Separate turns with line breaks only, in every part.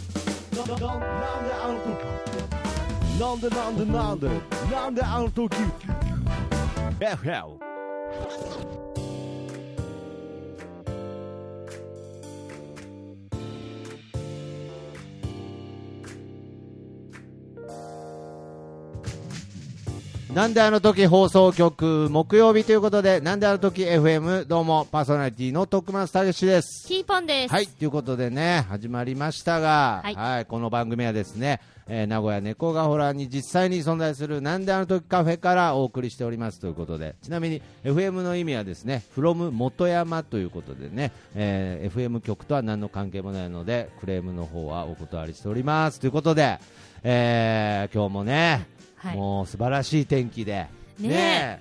なななんであの時なんでなんでなんでなんであの時 FM
なんであの時放送局木曜日ということで、なんであの時 FM どうもパーソナリティの徳松たけしです。
キーポンです。
はい、ということでね、始まりましたが、は、
はいい
この番組はですね、えー名古屋猫がホラーに実際に存在するなんであの時カフェからお送りしておりますということで、ちなみに FM の意味はですね、from 元山ということでね、えー FM 局とは何の関係もないので、クレームの方はお断りしておりますということで、えー今日もね、
はい
もう素晴らしい天気で、
ねえ
え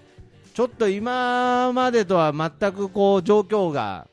ちょっと今までとは全くこう状況が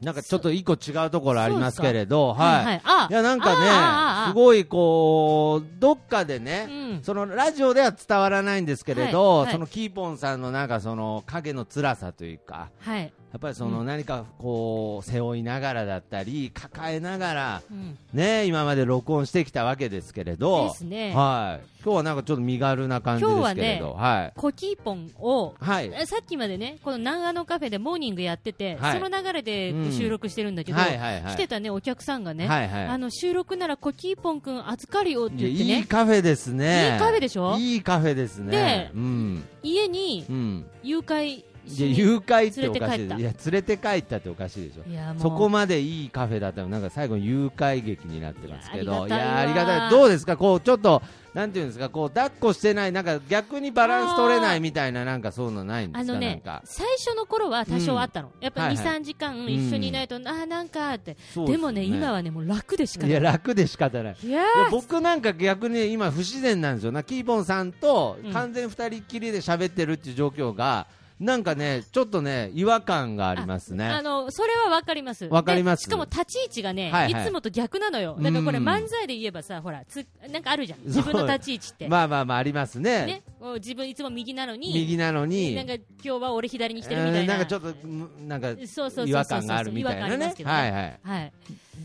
なんかちょっと一個違うところありますけれど、はい。い、
あ
や、なんかね、す
い。
ごいこう、どっかでね、
うん
そのラジオでは伝わらないんですけれど、
はいはい
そのキーポンさんのなんかその影の辛さというか、
はい。
やっぱりその何かこう、背負いながらだったり、抱えながら、
うん。
ね、今まで録音してきたわけですけれど、
ですね
はい。今日はなんかちょっと身軽な感じですけれど、
今
はい。
コキーポンを、
はい。
えさっきまでね、この南アのカフェでモーニングやってて、
はい
その流れで
うん
収録してるんだけど、
はいはいはい
来てたね、お客さんがね、
はいはい
あの収録ならコキーポンくん預かるよって
いや
言って
いい
ね、
カフェですね。
いいカフェでしょ
いいカフェですね。
で
うん。
家に
うん。
誘拐
いや、
し
誘拐っておかしい
連れて帰った
いや、連れて帰ったっておかしいでしょ。
いやもう
そこまでいいカフェだったの、なんか最後に誘拐劇になってますけど。
いやありがたいわ
いどうですかこう、ちょっと、なんていうんですか、こう、抱っこしてない、なんか逆にバランス取れないみたいな、なんかそういうのないんで
あ
すかな
の
ん
ね
か、。
最初の頃は多少あったの、やっぱ
はい
2、
はい
3時間一緒にいないと、あーなんかーって
そう
で
よ
もね、今はね、もう楽でしか
い
ない。
や、楽で仕方ない。
いや
い
ー
や僕なんか逆に今不自然なんですよなキーボンさんと完全二人っきりで喋ってるっていう状況が、なんかねちょっとね違和感があります
あ
ね
のそれはわかります。
わかります
でしかも立ち位置がね、
はい
い
はい
つもと逆なのよ。だからこれ
うん
漫才で言えばさ、ほら、つなんかあるじゃん。自分の立ち位置って。
まあまあまあありますね
ね、もう自分いつも右なのに、
右なのに
なんか今日は俺左に来てるみた
う
い
ん
な。
なんかちょ
っ
っとむなんか
そうそうそうそうそう
違和感があるみたい
違和感
な
ありま
ね
すけどね
はいはい
はい。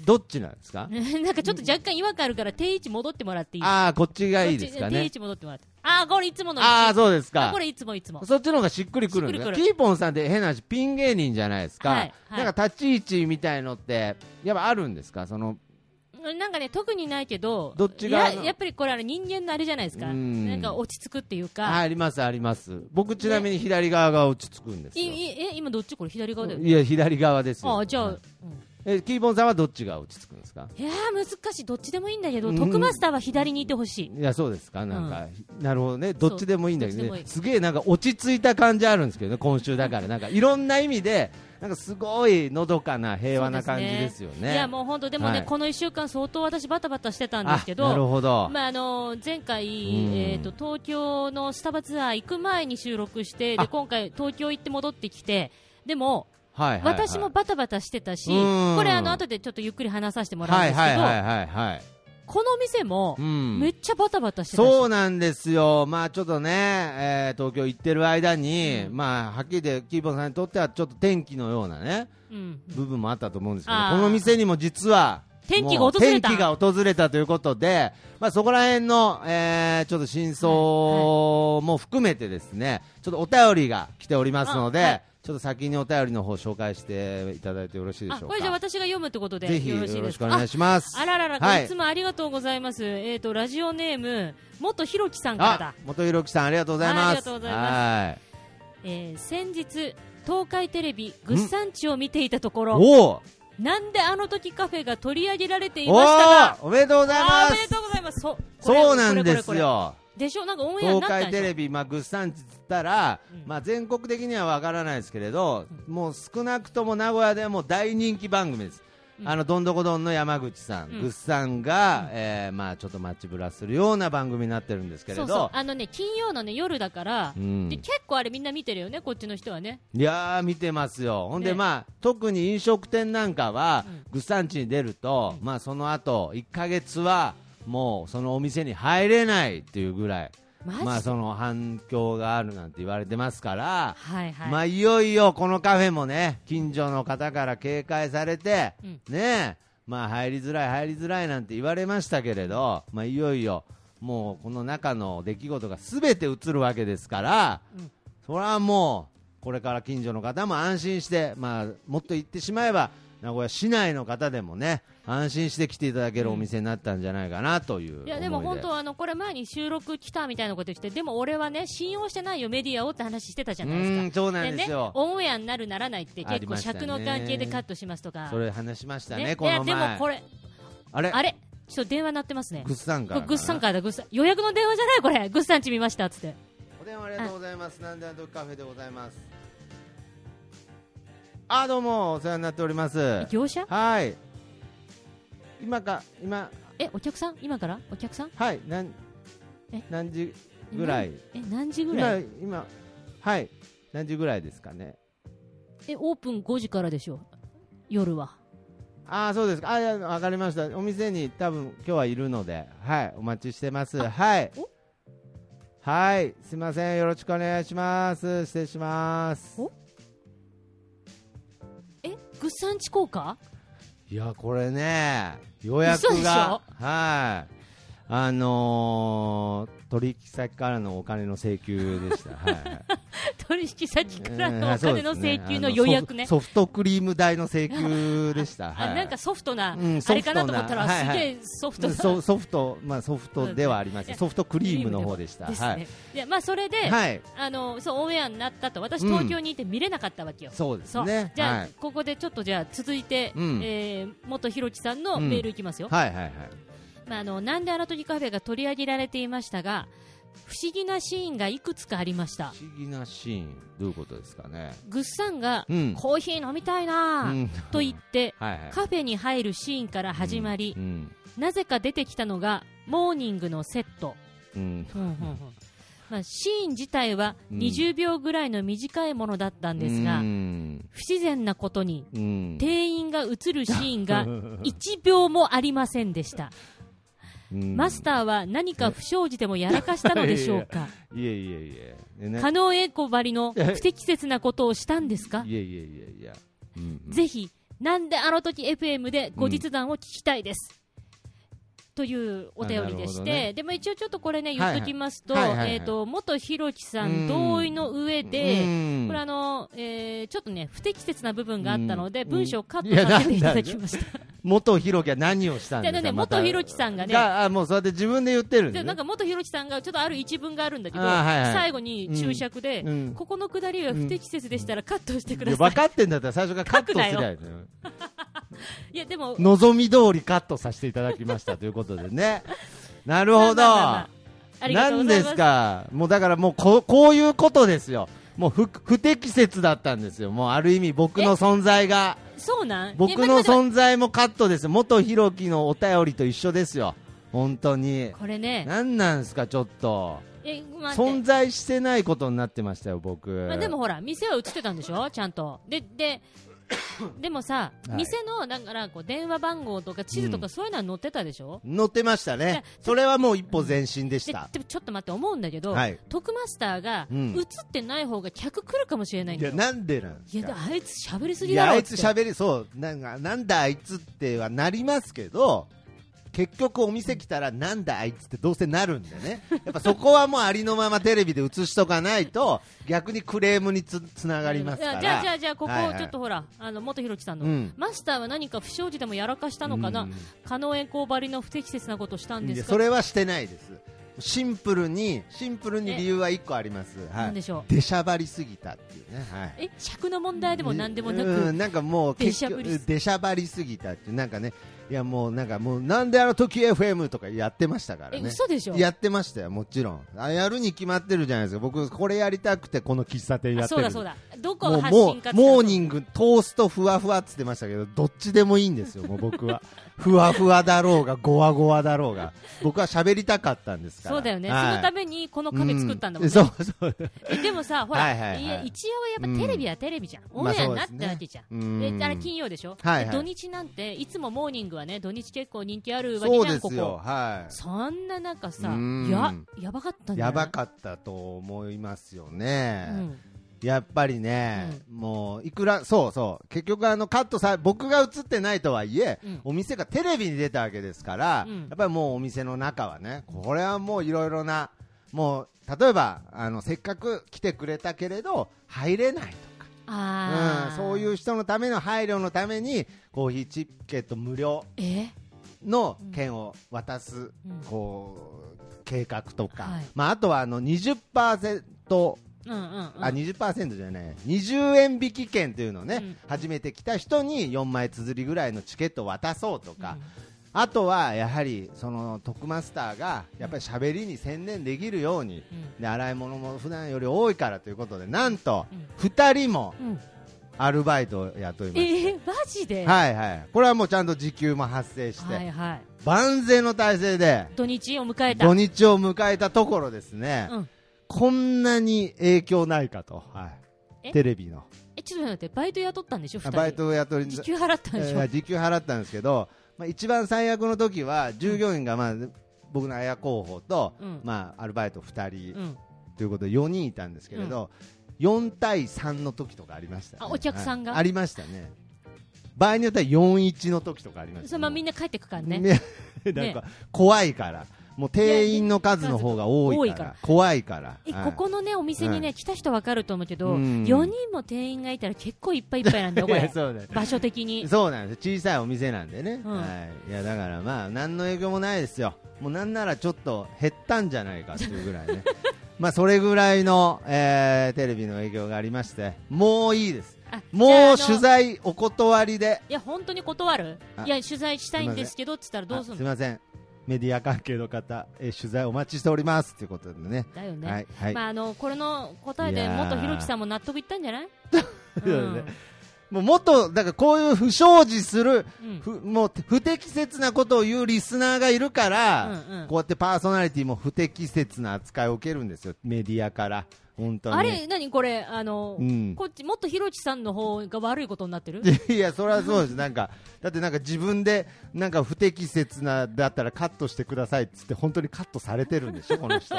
どっちなんですか
なんかちょっと若干違和感あるから定位置戻ってもらっていい。
ああこっち
こ
が
っち、
いいですか
定位
ね
置戻ってもらって。ああこれいつもの位置。
ああそうです
あ
か
これいつもいつも。
そっちの方がしっくりくるんです
し
か
っくりくる
キーポンさんって変な話ピン芸人じゃないですか、
はいはい
なんか立ち位置みたいのってやっぱあるんですかその
なんかね特にないけど、
どっちが
いややっぱりこれあの人間のあれじゃないですか。
うん
なんか落ち着くっていうか。
あありますあります僕ちなみに左側が落ち着くんです
い
よ
いえ今どっちこれ左側だよね。
いや左側ですよ
あじゃあ、
は
う
い
ん
えキーボンさんはどっちが落ち着くんですか
いやー難しい、どっちでもいいんだけど、
うん
徳マスターは左にいてほしい。
いやそうですかなんか、なるほどねどっちでもいいんだけど,、ね、
どっちでもいい
すげえなんか落ち着いた感じあるんですけどね今週だからなんかいろんな意味でなんかすごいのどかな平和な感じですよね
いやもう本当、でも
は
ね、
い
この1週間、相当私、バタバタしてたんですけど、
あなるほど、
まああのー前回、
ん
えーと、東京のスタバツアー行く前に収録して、
あ
で今回、東京行って戻ってきて、でも、
はいはいはい、
私もバタバタしてたし、
うん
これ、あの後でちょっとゆっくり話させてもらうん
は
で
い
すけど、
はいはいはいはい
この店も
う、ん
めっちゃバタバタしてたし、
そうなんですよ、まあちょっとね、えー東京行ってる間に、
うん
まあはっきりでキーボンさんにとってはちょっと天気のようなね、
うん
部分もあったと思うんですけど、
あー
この店にも実は、
天気が
もう
訪れた
天気が訪れたということで、まあ、そこら辺の、えーちょっと真相も含めてですね、ちょっとお便りが来ておりますので、
あはい
ちょっと先にお便りの方紹介していただいてよろしいで
あ
しょう
こ
か。
れじゃあ私が読むってことで
ぜひ
よ
よ
ろしい
ろ
で
し
す
く
か
お願いします。
あららら、
はい
いつもありがとうございます。えっ、と、ラジオネーム、元ひろきさんから
あ
だ。、
元ひろきさんありがとうございます。
はいありがとうございます
はい
えー先日、東海テレビ、ぐっさんちを見ていたところ、
おお
なんであの時カフェが取り上げられてい
お
ましたが、
ーおめでとうござい
あー
ま
おめですとうございます。そうこれ
そうなんです
これこれこ
よ
れでしょなんかオンエア
東
になった
海
ん
テ
でしょ
レビ、まあ、ぐっさんちっつったら、
うん
まあ、全国的にはわからないですけれど、もう少なくとも名古屋でも大人気番組です、
うん
あのどんどこどんの山口さん、
うん
ぐっさんが、えーまあ、ちょっと街ぶらするような番組になってるんですけれ
そ
ど
うそう。あのね、金曜のね、夜だから、
うん
で、結構あれみんな見てるよね、こっちの人はね。
いやー見てますよ、ほんで、
ね
まあ、特に飲食店なんかは、
うん
ぐっさんちに出ると、まあ、その後1か月はもうそのお店に入れないっていうぐらい、
マジで、
まあ、その反響があるなんて言われてますから、
はいはい。
まあ、いよいよこのカフェもね近所の方から警戒されて、
うん
ねえまあ、入りづらい、入りづらいなんて言われましたけれど、まあ、いよいよ、もうこの中の出来事がすべて映るわけですから、それはもう、これから近所の方も安心して、まあ、もっと言ってしまえば、名古屋市内の方でもね、安心して来ていただけるお店になったんじゃないかなという思い
い
で。
やでも本当はあのこれ前に収録来たみたいなこと言ってでも俺はね信用してないよメディアをって話してたじゃ
う
ないです
ー
か
ん、そうなんですよ
ね。オンエアになるならないって
あ
結
り
構
ましたね
尺の関係でカットしますとか
それ話しましたね、
ね
この
いやでも
前。
これ
あれ
あれちょっと電話鳴ってますね
グッサン
こ
からかな。
れグッサンからだグッサン予約の電話じゃないこれグッサンち見ましたっつって
お電話ありがとうございます。なんであの時カフェでございます。あ、どうも、お世話になっております。
業者
はい。今か、今、
えお客さん今からお客さん
はい、なん
え、
何時ぐらい。
え何時ぐら
今
い、
今、はい、何時ぐらいですかね。
えオープン5時からでしょ夜は
あそうですか。あ、いや、わかりました。お店に多分今日はいるので、はい、お待ちしてます。はい
お。
はい、すいません。よろしくお願いします。失礼します。
えグッサン地効果
いや、これね、予約
嘘でし
が
ょ、
はい、あのー取引先からのお金の請求でした。はい
取引先から
えー
の
は
お
いそう
金
ですね
の請求の予約ね
あのソフソフトクリーム代の請求でした。は
あ
い、
なんかソフトな、
うん
あれかなと思ったら、
ソフトなは
す
い
げ
は
えソフ
うん
トな、
ソソフト、まあ、ソフトではありません、
うん
ソフトクリームの方でした。
ですね、
はいい、
やまあそれで、
はい、
あのそうオンエアになったと私
うん
東京にいて見れなかったわけよ、
そうですね。
じゃあ、
はい、
ここでちょっとじゃあ続いて、
うん
えー元ひろきさんの
うん
メールいきますよ、
はい、はい、はい。
まあ、あのなんであの時カフェが取り上げられていましたが不思議なシーンがいくつかありました
不思議なシーン、どういうことですかね。
ぐっさんが、
うん
コーヒー飲みたいなあ、
うん
と言って、
はい、はい。
カフェに入るシーンから始まり
う、ん、
なぜか出てきたのがモーニングのセット、
うん、
まあ、シーン自体は20秒ぐらいの短いものだったんですが、
うん、
不自然なことに
うん、
店員が映るシーンが1秒もありませんでした
うん
マスターは何か不祥事でもやらかしたのでしょうか
いえいえいえ。でね
加納英子ばりの不適切なことをしたんですか
いえいえいえいや。うんうん
ぜひなんであの時 FM で後日談を聞きたいです、というお便り
あなる
でし
ほど
て、
ね
でも一応ちょっとこれね言っときますと、
はいはいはいはいはい
えっ、と元ひろきさ
うん
ん同意の上
う
で、
ん
これあの、えーちょっとね不適切な部分があったので、
うん
文章をカッ
いや
トさせてい
な
た
んだ
だきました
元ひろきは何をしたん
じ
で
ゃ
すか
ね、
また
元ひろきさんがね
があもうそうやって自分で言ってるん
で
で
なん
か
か元ひろきさんがちょっとある一文があるんだけど、
あーはいはい
最後に注釈で、
うん
ここのくだりは不適切でしたらカットしてください、
分かってんだったら最初からカットすりゃいいの よ
いやでも、
望み通りカットさせていただきましたということで ねなるほど
まあまあまあありがとう
何
ござ
で
います
すかもうだからもうここういうことですよもう不不適切だったんですよもうある意味僕の存在が
そうなん
僕
いやま
の
あだから
存在もカットです元ひろきのお便りと一緒ですよ本当に
これね、
何なんですかちょっと
え待って
存在してないことになってましたよ僕
まあ、でもほら、店は映ってたんでしょ、ちゃんと。で、で、でもさ、
はい
店の、だから、こう、電話番号とか地図と
う
かそういうのは載ってたでしょ、
乗ってましたねそれはもう一歩前進でし
で
た
でもちょっと待って、思うんだけど、
はい
徳マスターが、
うん
映ってない方が客来るかもしれないん
い
だ
や
よ。
なんでなんで
い
す
や、で
か
あいつ喋りす
い
ぎだ
や
ろ
あ
っ
い
つ
つ
って
喋りそうなんかなんだあいつってはなりますけど結局お店来たらなんだあいつってどうせなるんでねやっぱそこはもうありのままテレビで映しとかないと逆にクレームにつつながりますか
い
ら
やじゃあ、じゃあ、じゃあ、ここ、
はいはい
ちょっとほら、あの、元ひろきさんの、
うん
マスターは何か不祥事でもやらかしたのか
う、
なん加納栄光ばりの不適切なことしたんで
いや
すか
それはしてないですシンプルにシンプルに理由は一個あります、は、
ないんでしょう
出しゃばりすぎたっていうね、はい、
え、尺の問題でも何でもな
う
く、
んなんかもう結局
出しゃばり
出しゃばりすぎたってなんかねいやもうなんかもうなんであの時 FM とかやってましたから
え、
ね
嘘でしょ
やってましたよもちろんあやるに決まってるじゃないですか僕これやりたくてこの喫茶店や
あ
って
そう
る
だそうだ。どこ
も
を
う
発
も
信か
うモーニ
ン
ングトーストふわふわっつってましたけどどっちでもいいんですよ もう僕はふわふわだろうがごわごわだろうが僕は喋りたかったんですから
そうだよね、
はい
そのためにこのカフェ作ったんだもん
う
ね、
そうそう
えでもさ、ほら、
はいはいはい
いや一応はやっぱテレビはテレビじゃん、
うん
オンエア
ま
に
あ
な
そうです
っ
ね
たわけじゃん、
うん
であれ金曜でしょ、
はいはい
で土日なんて、いつもモーニングはね、土日結構人気あるわけ
そう
じゃん、
で
こ
すよ
こ、
はい
そんな中さ
う、ん
ややばかったんだよ
やばかったと思いますよね、
うん、
やっぱりね、もういくら、そうそう、結局あのカットさ、僕が映ってないとはいえ、
うん
お店がテレビに出たわけですから、
うん
やっぱりもうお店の中はね、これはもういろいろな、もう例えばあのせっかく来てくれたけれど、入れないとか。
あ
う
あ、。
ん、そういうう人のための配慮のためにコーヒーチケット無料
え
の券を渡す、
うん
こう計画とか、
はい
まあ、あとはあの20%
うんうんうん。
あ20%じゃない20円引き券というのをね、
うん
初めて来た人に4枚綴りぐらいのチケットを渡そうとか、
うん
あとはやはりその徳マスターがやっぱり喋りに専念できるように、
うん
で洗い物も普段より多いからということでなんと
うん
2人も
うん、
アルバイトを雇いま
え
し
ー、マジで
た、はいはい、これはもうちゃんと時給も発生して、
はいはい
万全の体制で
土日を迎えた。
土日を迎えたところですね、
うん
こんなに影響ないかと、はい、
え
テレビの
え、ちょっと待って、バイト雇ったんでしょ、二人。
バイトを雇い
時給払ったんでし
えー
ょ。
時給払ったんですけど、まあ、一番最悪の時は従業員が、まあ僕の綾候補と、
うん
まあ、アルバイト2
う
人
ん。
ということで4人いたんですけれど、4対3の時とかありました、ね、
あお客さんが
はいありましたね場合によっては41の時とかありました、
そのままみんな帰ってくからね。
ね なんか怖いから、もう定員の数の方が多いから、怖いから、
え、
はい
ここのね、お店にね、来た人わかると思うけど、
うん
4人も店員がいたら結構いっぱいいっぱいなんだよ、こ
い
れ
や。そうだよ
場所的に。
そうなんです小さいお店なんでね、
うん
はい、いやだからまあ何の影響もないですよ、もうなんならちょっと減ったんじゃないかっていうぐら いね、まあそれぐらいの、えーテレビの影響がありまして、もういいです、
あじゃあ
も
あの
う取材お断りで、
いや、本当に断る
あ
いや、取材したいんですけど、っつったらどう
あ
する
すみ
の
ません、メディア関係の方、えー取材お待ちしておりますということでね、
だよね。
はいはい
まあ、あの、これの答えで、
いやー
元ひろきさんも納得いったんじゃない
そうだよ
ん
ねもうもっとだからこういう不祥事する、
うん
ふもう不適切なことを言うリスナーがいるから、
うんうん
こうやってパーソナリティも不適切な扱いを受けるんですよ、メディアから、本当に。
あれ、何これ、あの、
うん
こっち、もっとひろきさんの方が悪いことになってる
いや、それはそうです、なんか、だってなんか自分で、なんか不適切なだったらカットしてくださいっつって、本当にカットされてるんでしょ、この 人。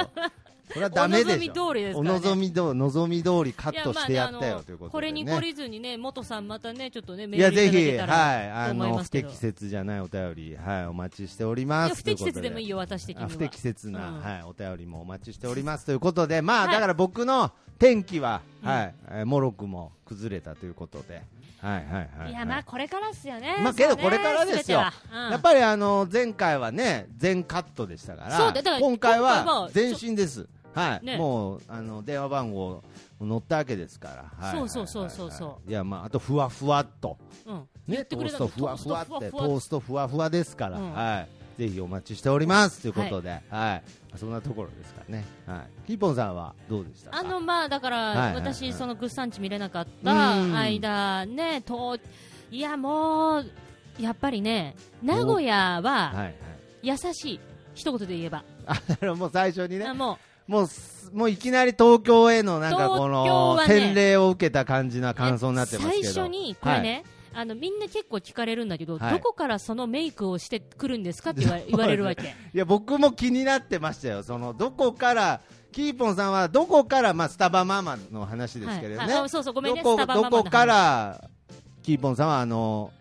それはダメでしょ。
お望み通りですからね
お望みど望み通りカ
い
ットしてやったよという
こ
こと
れ
で、
に
ね。
懲りずにね、元さんまたね、ちょっとね、メ
い
ー
や、
ル
ぜ
いただ
ひ、
け
は
た
い、
ら
あ
と思い
の、
ます
不
けど。
適切じゃないお便り、はい、お待ちしております。
いや不適切でもいい
よ。
よ、私的に
あ
は。
不適切な、
うん
はい、お便りもお待ちしておりますということで、まあ、
はい
だから僕の天気は、
うん
はい、えーもろくも崩れたということで、はい、はい、はい。
い
は
や、まあ、これからっすよね。
まあ
そうね
けどこれからですよ
全てはうん
やっぱりあの前回はね全カットでしたから
そうだだから
今回
今回は
は全身です、はい
ね
もうあの電話番号載ったわけですから、はいはいはいはい
そうそうそうそうそ
いやまああとふわふわっと
うん言
ね、
って
トー
くれ
ス
た
ト
の
ふわふわって
ト
ト
ース
ースト
トふわふわ
ふわふわですから、
うん
はい、ぜひお待ちしておりますということで、はいそんなところですかね、はい、キーポンさんはどうでしたか
あのまあだから、
はいはい
私、
はい
そのグッサンチ見れなかっ
うん
た間ね、といやもう、やっぱりね、名古
は
屋
い
は
はい、
優しい、一言で言えば、
あだからもう最初にね
あもう
もうすもういきなり東京へのなんかこ
東京
の
はね
洗礼を受けた感じな感想になってますけど
最初にこれね、あのみんな結構聞かれるんだけど、
はい
どこからそのメイクをしてくるんですかって 言わ言われるわけ。
いや僕も気になってましたよ、そのどこから、キーポンさんはどこから、まあ、スタバママの話ですけれど
はい
ね、
はいあそうそうごめんね
どこ
スタバママの話
どこからキーポンさんはあの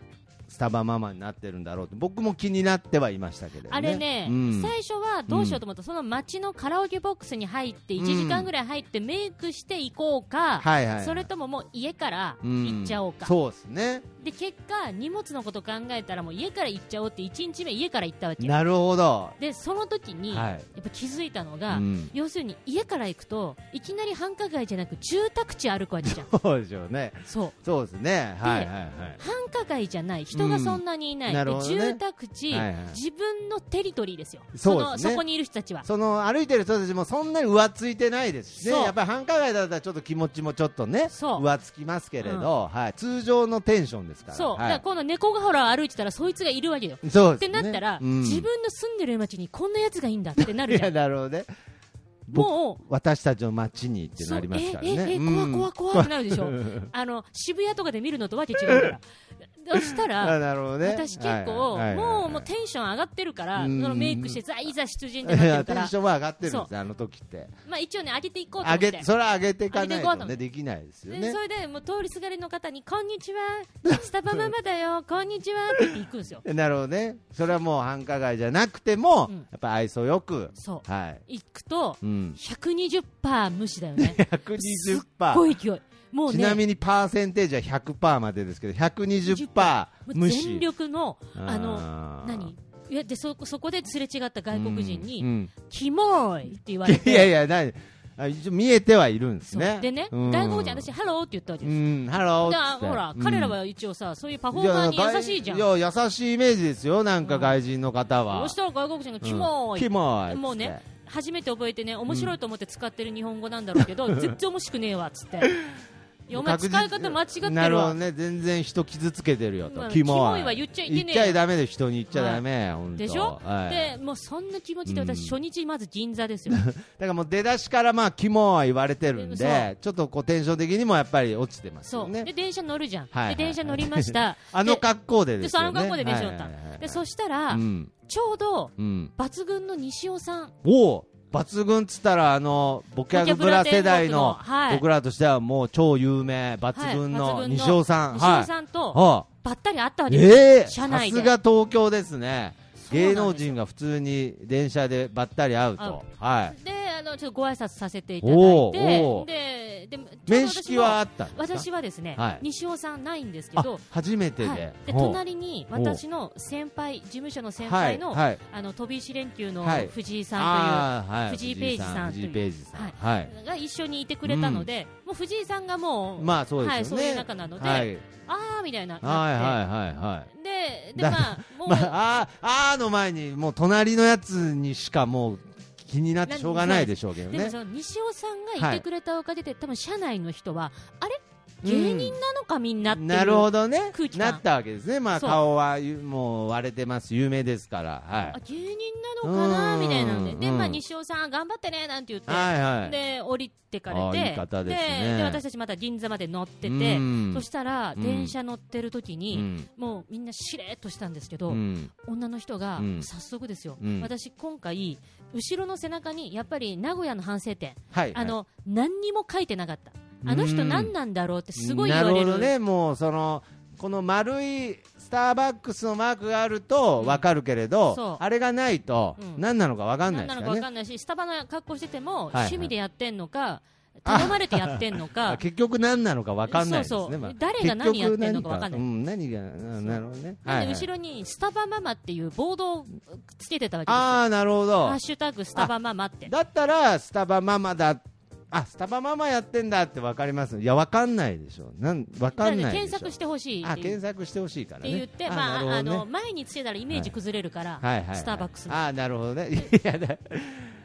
スタバママになってるんだろうって、僕も気になってはいましたけれど、ね、
あれね、
うん
最初はどうしようと思った、その街のカラオケボックスに入って、1時間ぐらい入ってメイクしていこうか、
はいはいはい
それとももう家から
うん
行っちゃおうか、
そうですね、
で結果、荷物のこと考えたらもう家から行っちゃおうって1日目、家から行ったわけ
なるほど、
でその時に、
はい
やっぱ気づいたのが、
うん
要するに家から行くといきなり繁華街じゃなく住宅地歩くわ けじゃん
そうでしょうね、
そう
そうですね、はいはいはい、
繁華街じゃない人がそんなにいない、
うんなるほどね
で住宅地、
はいはい
自分のテリトリーですよ
そうです
の
ね
そこにいる人たちは
その歩いてる人たちもそんなに浮ついてないですしね、
そう
やっぱり繁華街だったらちょっと気持ちもちょっとね、
そう
浮つきますけれど、はい、通常のテンションですから、
そ
は
う、
い
だから今度猫がほら歩いてたらそいつがいるわけよ、
そう
っ
で
て
すね
なったら、
うん
自分の住んでる町にこんなやつがいいんだってなる
い
じゃ
や、
ん
なるほどね、僕
もう
私たちの街にってなりますから
そうええ
ね、
え
うん
怖怖怖ってなるでしょあの渋谷とかで見るのとわけ違うからそした
あ
ら、
なるほどね
私結構、
はいはいはいはい
もうもうテンション上がってるから、
うん
そのメイクして、ザいざ出陣って
い
な
や
ってる
テ
か
ンションは上がってるんです
そ
あの時って
ら、まあ一応ね、上げていこうと思
上
って。
げそれは上げていかないと
上げていこうと思
ね
って
できないですよ
で
ね
それでもう通りすがりの方に、こんにちは、スタバママだよ、こんにちはって言って行くんですよ。
なるほどねそれはもう繁華街じゃなくても、
うん
やっぱ愛想よく
そ
はい、
行くと、
うん、
120%無視だよね。
120%
すっごい勢い。もう
ち
ね、
なみにパーセンテージは100%までですけど120%
もう
無視
全力の、あの、
の
何いやでそそこですれ違った外国人に、
うんうん
キモいって言われて、
いやいや何あ一応見えてはいるんです
そう
ね
でね、
うん
外国人、私、ハローって言ったわけ
う
ですよ。
んハローっ
だ
つって
ほら、
うん
彼らは一応さ、そういうパフォーマーに優しいじゃん。
いや優しいイメージですよなんか
うん
外人の方は、
そしたら外国人が
うん
キモ
キ
い、
モい
もうね初めて覚えてね、面白いと思って使ってる日本語なんだろうけど、 全然面白くねえわっつって、いやお前、
確実
使い方間違って
なる
る
ほど
わ、
ね全然人傷つけてるよと、
まあ
キモ
キモいは言っちゃいけねえよ
言っちゃダメで人に言っちゃダメ、本当
でしょ、
はい
でもうそんな気持ちで私、
う
初日、まず銀座ですよ、
だからもう出だしからまあキモは言われてるん
そ
でちょっとこうテンション的にもやっぱり落ちてます
そ
よ
う、
ね
で電車乗るじゃん、
はいはい
で電車乗りました、
あの格好でですよね
でそうあの格好で電車乗った
はいはいはいはい
でそしたら、
うん
ちょうど
うん
抜群の西尾さん、
おお抜群っつったらあのボキャブラ世代の
ボキャブラ天国のはい
僕らとしてはもう超有名抜群
は
の
い抜群の
西尾さん
西尾
ん
さんと
は
ばったり会ったわ
い
けです、
ええ
車
さ
内です
が東京ですね
そうなんですよ
芸能人が普通に電車でばったり会うとはい
であのちょっとご挨拶させていただい
お
て
ーおー
ででちょうど私も
面識はあったんですか
私はですね、
はい
西尾さんないんですけ
あ
ど、
初めてで,
は
ほう、
い、で隣に私の先輩事務所の先輩の、
はいはい
あの飛び石連休の
はい
藤井さん
あーはい
藤井ページさんとい
藤
う
井ページさんはい
という、が一緒にいてくれたので、もう藤井さんがもう、
まあそうですよね
はい、そういう仲なので、
はい
あーみたいな、
はい
なって
はいはいはい
でで
だ
まあもう、
まあ、あーあーの前に、もう隣のやつにしかもう気になってしょうがないでしょうけど
でも
ね
そ。の西尾さんがいてくれたおかげで、多分社内の人はあれ芸人なのかみんなっていう、
なるほどね
空。気感
なったわけですね。まあ
そう
顔はゆもう割れてます。有名ですから。はい
あ。芸人なのかな
うん
みたいなのでで、
うん
まあ、西尾さん頑張ってねなんて言って、
はいはい。
で降りてかれ
あ
て
いい方ですね
でで私たちまた銀座まで乗って
う
て
ん
そしたら
うん
電車乗ってる時
う
に、
ん
もうみんなしれっとしたんですけ
う
ど、
ん
女の人が
うん
早速ですよ、
うん
私、今回後ろの背中にやっぱり名古屋の反省点、
はい。
あの何にも書いてなかった。あの人何なんだろうってすごい言
な
わ
る
れ
ほ
る
どね。もうその、この丸いスターバックスのマークがあるとわかるけれ
そ
ど
う、
あれがないと
うん
何なのかわかんない
何
で
な
すから
のか分
ね。
かんないし、スタバの格好してても、
いはい
趣味でやってんのか、頼まれてやってん の
あ
か、
結局何なのかわかんないです
そうそ
ね。
う
まあ
誰が何やってんのかわかんな
結
い
局何うん、何が、なるほどね。
なんで後
に
ろにスタバママっていうボードをつけてたわけですよ、
ああ、なるほ
ハ
ど
ッ。シュタグスタバママって、
だったら、スタバママだ。あ、スタバママやってんだってわかります。いや、わかんないでしょ。なん、わかん
な
なんい
で
でしょ。
検索してほしい
あ、
っていう
検索してほしいから
って
ね。
言って、
な
ま
るほ
あ、
どね
あの前につけたらイメージ崩れるから、
はいはいはい
スターバックスの、
あーなるほどね。いや、だ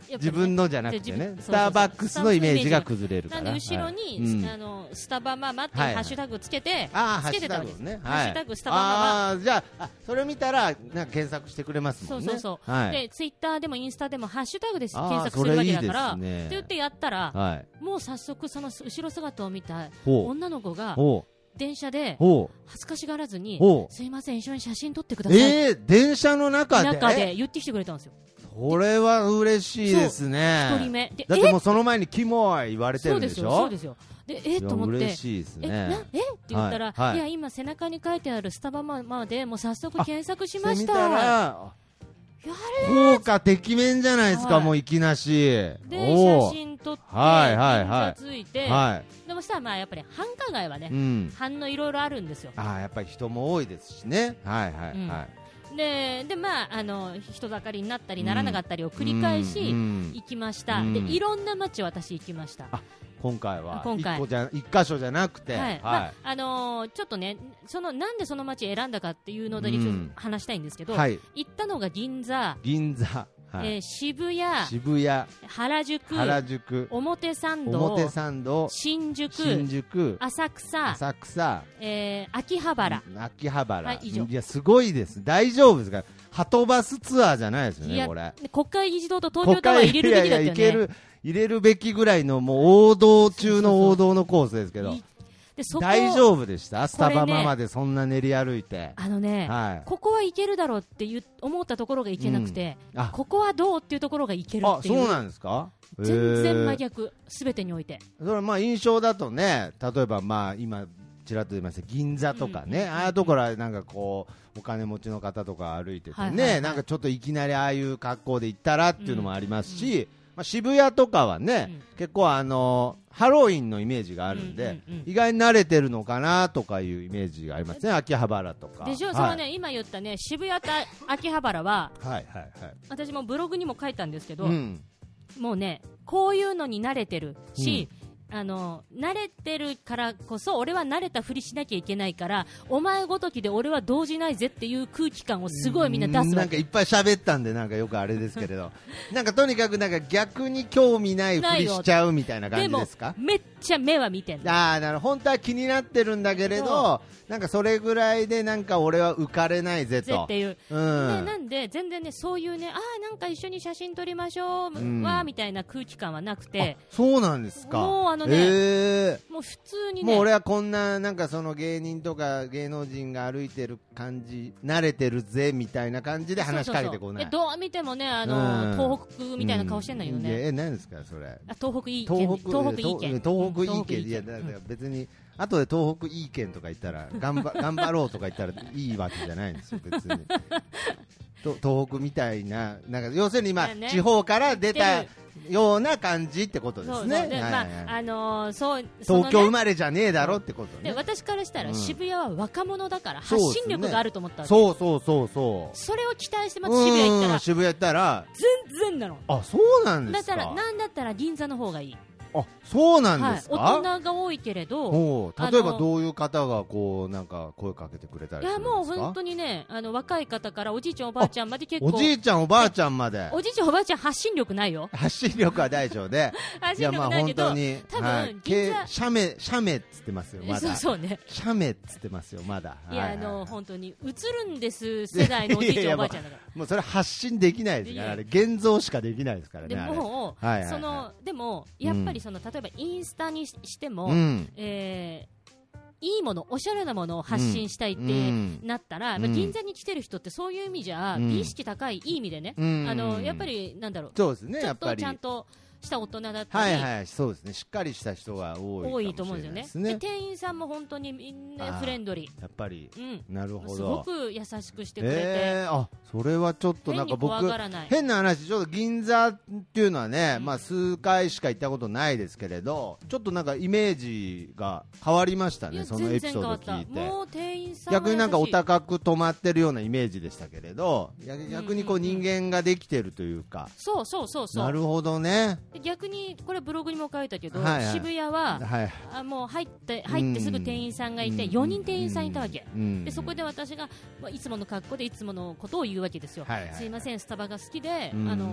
やっぱりね
自分のじゃなくて
自分
ね
そう、そう
スターバックスのイメージが崩れるから。
なんで後ろ
はい
に、
うん
あのスタバママってい
はいうはい
ハッシュタグつけて、
あーハ
つ
ッ
け
シュ
てた
タグ
わけ
を
です、
ね。
ハッシュタグスタバママ。
あーじゃあ、あそれ見たら、なんか検索してくれます
そ
も
うん
ね。
そうそう、
はい。
でツイッターでもインスタでもハッシュタグで
あー
検索するわけだから
それいいですね
って言ってやったら、
はい。
もう早速その後ろ姿を見た
ほう。
女の子が
ほ
電車で
う。ほ
恥ずかしがらずに
おう
すいません一緒に写真撮ってく
う。
ださい、
ええー、電車の中で。
中で言ってきてくれたんですよ
これは嬉しいですね。
一人目で
だってもうその前にキモい言われて
そ
る
うん
で
です
し
よ
ょ。
そうですよでえっ、と思っ
いや
て
嬉しいです
えな
ね。
えって言った
は
ら、
いはい
いや今背中に書いてあるスタバママでもう早速検索しま
それ
し
見
た
たら
や
効果てきめんじゃないですか、
はい
もういきなし。
で
お
写
ー
真撮って、
はいはいはい
銀座ついて、
は
でもしたらまあやっぱり繁華街はね、
い。うん。
反応いろいろあるんですよ
ああやっぱり人も多いですしね。はいはいは
ででまああの人だかりになったりならなかったりを繰り返し、
うんうん
行きました、
うん
でいろんな街私行きました、
あい。今回は
あ今回
一個じゃ一箇所じゃなくて、
はい
はい。
まああのーちょっとねそのなんでその街選んだかっていうのだけちょっ
うん
と話したいんですけど、
はい
行ったのが銀座、
銀座、はい
えー渋谷
渋谷、
原宿
原宿、
表参道
表参道、
新宿
新宿、
浅草、
浅草。
えー秋葉原、
うん秋葉原、
はい以上
やすごいです大丈夫ですかはとバスツアーじゃないですよ
い
ね
や
これ
で国会議事堂と東京タワー入れるべきだったよね
いやいやいける入れるべきぐらいのもう王道中の王道のコースですけど
いでそこ
大丈夫でしたスタ
これ
バ
ね
ママでそんな練り歩いて、
あのね、
はい
ここはいけるだろうっていう思ったところがいけなくて、
うんあ
ここはどうっていうところがいける
あ
ってい
そううなんですか
全然真
へ
逆すべてにおいて
えそれまあ印象だとね例えばまあ今ちらっと出ました銀座とかね、
うん
ああいうところはなんかこうお金持ちの方とか歩いててね、
はいはいはい
なんかちょっといきなりああいう格好で行ったらっていうのもありますし、まあ、渋谷とかはね、結構あのハロウィンのイメージがあるんで、
うんうんうん
意外に慣れてるのかなとかいうイメージがありますね秋葉原とか
でしょ、
はい、
そのね今言ったね渋谷と秋葉原は
はいはいはい
私もブログにも書いたんですけど、
うん
もうねこういうのに慣れてるし、あの慣れてるからこそ俺は慣れたふりしなきゃいけないからお前ごときで俺は動じないぜっていう空気感をすごいみんな出す
な
わ
ん
け
かいっぱい喋ったんでなんかよくあれですけれ どなんかとにかくなんか逆に興味ないふりしちゃうみたいな感
で
じ
も
ですか
めっちゃ目は見てんの
ああなるほど本当は気になってるんだけれど
そ
なんかそれぐらいでなんか俺は浮かれないぜ
ぜっ
と
ていう、
う
で
ん
なんで全然ねそういうねあーなんか一緒に写真撮りましょう、
ん
わーみたいな空気感はなくて
あそうなんですか
もうあのね
へー
もう普通にね
もう俺はこんななんかその芸人とか芸能人が歩いてる感じ慣れてるぜみたいな感じで話しかけてこない
そうそうそうでどう見てもねあの、
うん
東北みたいな顔してんだよ
ういや
ね、
え何ですかそれ
あ東北いい県
東北
東北いい県
東北いい
うん
県いやだから別に後で東北いい県とか言ったら頑張 頑張ろうとか言ったらいいわけじゃないんですよ別にと 東北みたいななんか要するに今、
だよね
地方から出た
出
ような感じってことです
そうそう
ね
で
はい
ま
はい
ああのーそうそのね
東京生まれじゃねえだろってこと
で
ね
私からした
う
ら
ん
渋谷は若者だから
そう
発
ですね
信力があると思ったわけ、
そうそうそうそう
それを期待してまず渋谷行った
う
ら
ん渋谷行ったら
全然なの
あそうなんで
だ
すか
からなんだったら銀座の方がいい
あそうなん
は
で
い
す、か、
大人が多いけれど
おう例え
あ
ば
の
どういう方がこうなんか声かけてくれた
い
りす
や
るんですか
もう本当にねあの若い方からおじいちゃんおばあちゃんまで結構
おじいちゃんおばあちゃんまで
おじいちゃんおばあちゃん発信力ないよ
発信力は大丈夫で
発
い
信
や
力
まあ
ない
本
けど
当に
多分
はい
銀座
け写メ写メっつってますよま
そう
だ
そうね
写メっつってますよまだ
いや
は
あ
は
の本当に映るんです世代のおじいちゃんおばあちゃんだから
もうそれ発信できないですからあれ現像しかできないですからね
で
あれ
も、
はいはいはい
そのでもやっぱりその、例えばインスタにししても、
うん
えーいいもの、おしゃれなものを発信したいっ
う
て
ん
なったら、
うん
まあ、銀座に来てる人ってそういう意味じゃ、
うん
美意識高い、いい意味でね、
うん
あのやっぱりなんだろう、
そうですね
ちょ
や
っ
っぱ
と
り
ちゃんとした大人だった
は
り、
いはいそうですねしっかりした人が多い
多いと
か
思う
も
ん
し
で
れ
すよ
ないですね
ねで店員さんも本当にみんなフレンドリ
やっぱり
ー、うん、
なるほど
すごく優しくしてくれて、
えーあそれはちょっとな
変
んか
に
僕
怖がらない。
変な話、ちょっと銀座っていうのはね、
うん
まあ、数回しか行ったことないですけれど、ちょっとなんかイメージが変わりました
いや
ね、そのエ
全
ピ
然
ソ
変
ード
わ
を
った
聞いて。
もう店員さんは優
逆
しい
になんかお高く泊まってるようなイメージでしたけれど、や逆にこう
うんうん
人
うん
間ができてるというか、
そうそうそうそう
なるほどね、
で逆にこれブログにも書いたけど、
はいはい
渋谷は
はい、
あもう入って入ってすぐ店員さんがいて、
うん
4人店員さんいたわけ、
うん
でそこで私がまあいつもの格好でいつものことを言うわけですよ、
はいはい
すいません、スタバが好きで、
うん
あの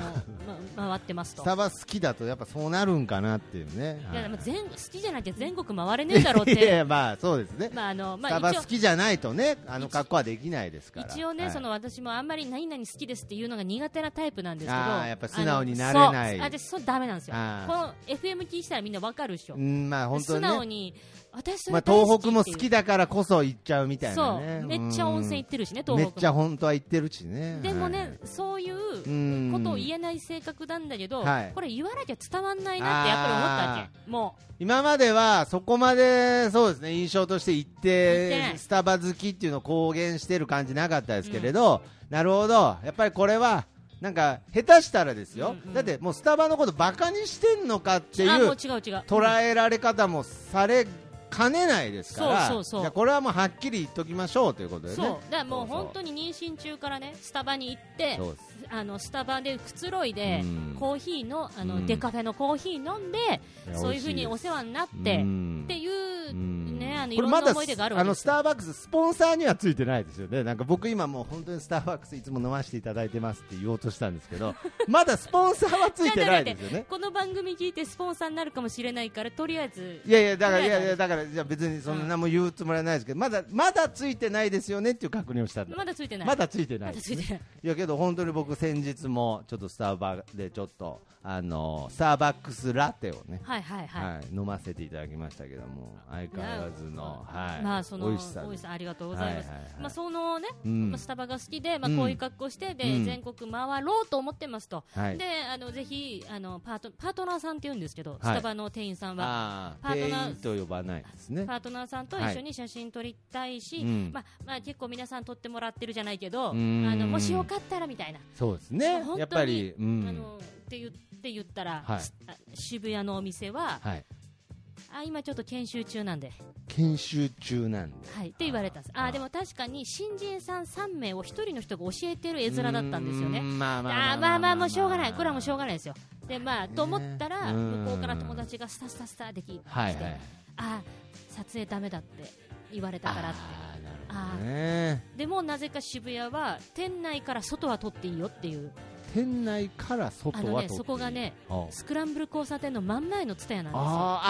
ま、回ってますと
ス。タバ好きだと、やっぱそうなるんかなっていうね。
いやでも
はい
全好きじゃなきゃ全国回れねえだろうっ
いやい
て、
やまあそうですね、
まああの
スタ
まあ、
バ
一
好
応
きじゃないとね、あの格好はできないですから。
一応ね、
はい
その私もあんまり何々好きですっていうのが苦手なタイプなんですけど、
あーやっぱ素直になれない
あのそう私、そうダメなんですよ、こ
あ
の FM 聞いてたらみんなわかるでしょ、
うん、まあ本当
素
にね
直に、私そ
まあ
れ、大好
東
き
北も好
っていう
きだからこそ行っちゃうみたい
そ
な
う
ね、
めっちゃ温泉行ってるしね、
うん
東
めっ
北
ちゃ
も。
本当は行ってるしね
でもね、そういう
う
うんことを言えない性格なんだけど、
はい
これ言わなきゃ伝わんないなってやっぱり思ったわけ、も
今まではそこまでそうですね印象として行っ
行ってな
て
い
スタバ好きっていうのを公言してる感じなかったですけれど、なるほどやっぱりこれはなんか下手したらですよ、
うんうん
だってもうスタバのことバカにしてんのかって
う、あ
い
も
う
う違う違う、
捉えられ方もされかねないですから
そうそうそう
じゃあこれはもうはっきり言っときましょうということでね
そう、だからもう
そうそう
本当に妊娠中からね、スタバに行って、
そうです
あのスタバでくつろいで
うん、
コーヒーの、あ
う
の
ん
デカフェのコーヒー飲んで、
いや
そういうふうに
美
お
味しい
世話になっ
です
て
う
っ
ん
ていう
うん
ね、あのい
こ
ろ
れ
ん
ま
な
だ
思い出があるわ
あ
け
の
で
ス
すよ。
ターバックススポンサーにはついてないですよねなんか僕今もう本当にスターバックスいつも飲ませていただいてますって言おうとしたんですけ どまだスポンサーはついてないですよね
この番組聞いてスポンサーになるかもしれないから、とりあえず
いやいやだからい
いや
や
いや
いやだからじゃあ別にそんな何も言うつもりはないですけどまだまだついてないですよねっていう確認をしたんだ
まだついてない。
まだついてな
ま
いで
だつ
すね
いてない。
いやけど本当に僕先日もちょっとスターバでちょっとあのスターバックスラテをね
はいはいはい。
はい、飲ませていただきましたけども相変わらずの、はい、
まあその
美
美
味
味
し
し
さで
さありがとうございます。
はいはいはい
まあそのね、
うん
まあスタバが好きで、まあ
うん
こういう格好してで、
うん
全国回ろうと思ってますと。
はい
で、あのぜひあのパートパートナーさんって言うんですけど、
い
スタバの店員さんは。
ああ
パートナー
店員と呼ばないですね
パートナーさんと一緒に写真撮りたいし、
はいうん
まあまあ、結構皆さん撮ってもらってるじゃないけど、あ
うん
のもしよかったらみたいな、
そうですね
本当に
やっぱりう
あ
ん
のって言って言ったら、
はい
すあ渋谷のお店は、
はい
あ今ちょっと研修中なんで、
研修中なんで
はい、って言われたんですあ
あー
ーでも確かに新人さん3名を1人の人が教えてる絵面だったんですよ
うー
ね。
んまあまあ
あーまあまあもうしょうがないこれはもうしょうがないですよでまあ
ね
と思ったら
うん
向こうから友達がスタスタスタできてきて、
はいはい
あー撮影ダメだって言われたからって
ああなるほどね
でもなぜか渋谷は店内から外は撮っていいよっていう
店内から外は
あの
取っ
ね
ていい
そこがね
ああ
スクランブル交差点の真ん前のツタヤなんですよ
あ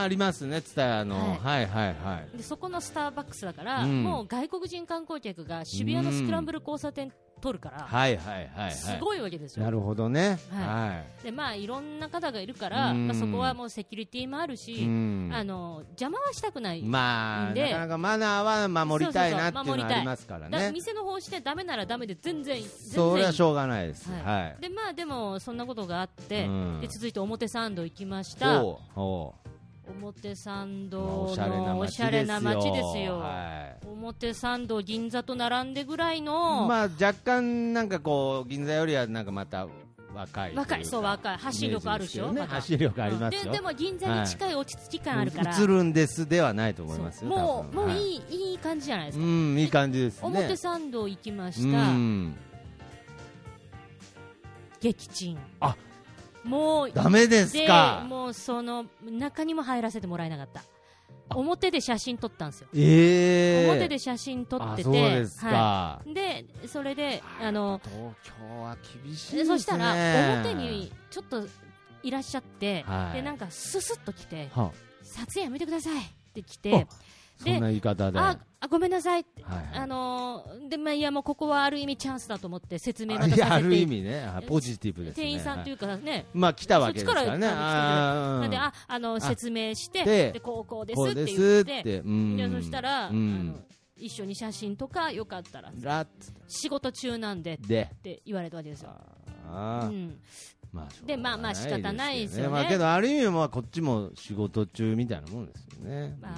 あありますねツタヤの
は
はいは
い
いはい
でそこのスターバックスだから、
うん
もう外国人観光客が渋谷のスクランブル交差点撮るから、
はいはいはいはい
すごいわけですよ
なるほどね
はい
は
でまあいろんな方がいるから、
うん
まあ、そこはもうセキュリティもある
い
し、
うん
あの邪魔はしたくない、
まあ
で
なかなかマナーは守りたいなっていうのはありますから
だから
ね
店の方してダメならダメで全然全然
それはしょうがないです
はい
はい
でまあでもそんなことがあって、
うん
で続いて表参道行きました
おうお
表参
うまあ
道
おしゃれな
のお
街
しゃれな街
で
ですす
よ
よ、
はい
表参道銀座と並んでぐらいの、
まあ若干なんかこう銀座よりはなんかまた若いとい
若いそう若い発信力あるでしょ
イメージですけどね発信力ありますよ
ででも銀座に近い落ち着き感あるから、
映るんですではないと思います
そう
よ
もうもうい
い
い,、い、い感じじゃないです
う
か、
んいい感じですね
表参道行きました、
うん
撃沈
あ
もう
ダメですか
でもうその中にも入らせてもらえなかった表で写真撮ったんですよ、
ええ
表で写真撮ってて
あそうですか、
は、
はい
でそれであの
東京は厳しいで
です
ね
そしたら表にちょっといらっしゃって、
はい
でなんかススッと来て
は
撮影やめてくださいって来
あ
て
そんな言い方で
ああごめんなさいって
はいはい
あのーでまあいやもうここはある意味チャンスだと思って説明ま
あ
た
いや
さ
あ
せ
る
て
意味ねはいポジティブですね
店員さんというかね、
まあ来たわけですからね
そっちから
あー
なんでああの説明して
で
でこうこうです
こう
って
です
言っ
ってて、うん
でそしたら、
う
あの
ん、
一緒に写真とかよかったら
らっつっ
仕事中なんでって
で、
て言われたわけですよ。う
あー
ん、
まあしょうがないすけどね、
でまあまあ仕方ないですよね
まあけどある意味まあこっちも仕事中みたいなもんですよね。
ま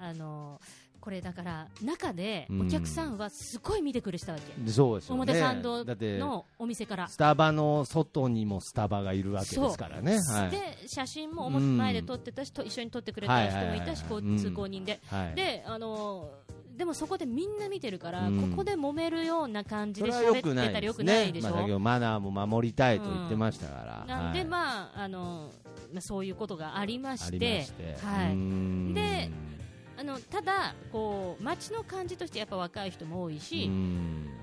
ああのーこれだから中で
うん
お客さんはすごい見てくるしたわけ、
でそうですよね。
表参道
だって
のお店から
スタバの外にもスタバがいるわけですからね。はい。
で写真も表前で撮ってたし、と一緒に撮ってくれた人も
はい
いたし、
はいはいはい
こ
うん
う通行人で、
はい、
であのーでもそこでみんな見てるから、
うん
ここで揉めるような感じ
そ
で
れは良
喋
くな
って
い
たら
で
よ
す
くな
ね
いで。し
ま
ょ、
あ先ほどマナーも守りたいと言ってましたから。
なんで、
あ
まああのーまあそういうことがありま
あ
し
り
て
まして、
はい
い
であのただこう街の感じとしてやっぱ若い人も多いし、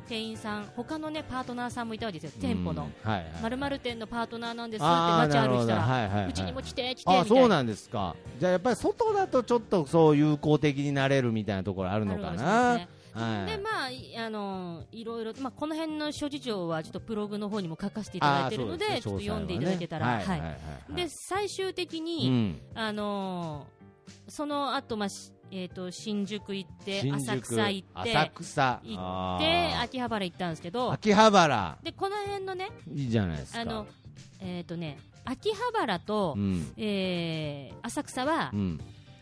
店員さん他のねパートナーさんもいたわけですよ、店舗の。
はいはい、
まる店のパートナーなんですって
あー
街歩い
なるほ
てたら、
どはいはいはいう
ちにも来て来てみたい
あ
な
そうなんですかじゃあやっぱり外だとちょっとそう友好的になれるみたいなところあるのかな
ある
はい、
でまあいあのいろいろ、まあ、この辺の諸事情はちょっとブログの方にも書かせていただいてるので
あー
ちょ
そうす
っと
ね
読んでいただけたら、
詳
はい
細はねはいはい
で最終的
う
に、
ん
あのーその後、まあしえー、と新宿行って
新宿
浅草行って
浅草
行
あ
って
ー
秋葉原行ったんですけど
秋葉原
でこの辺のね
いいじゃないですか
あの、えーとね秋葉原と、
うん
えー浅草は
うん、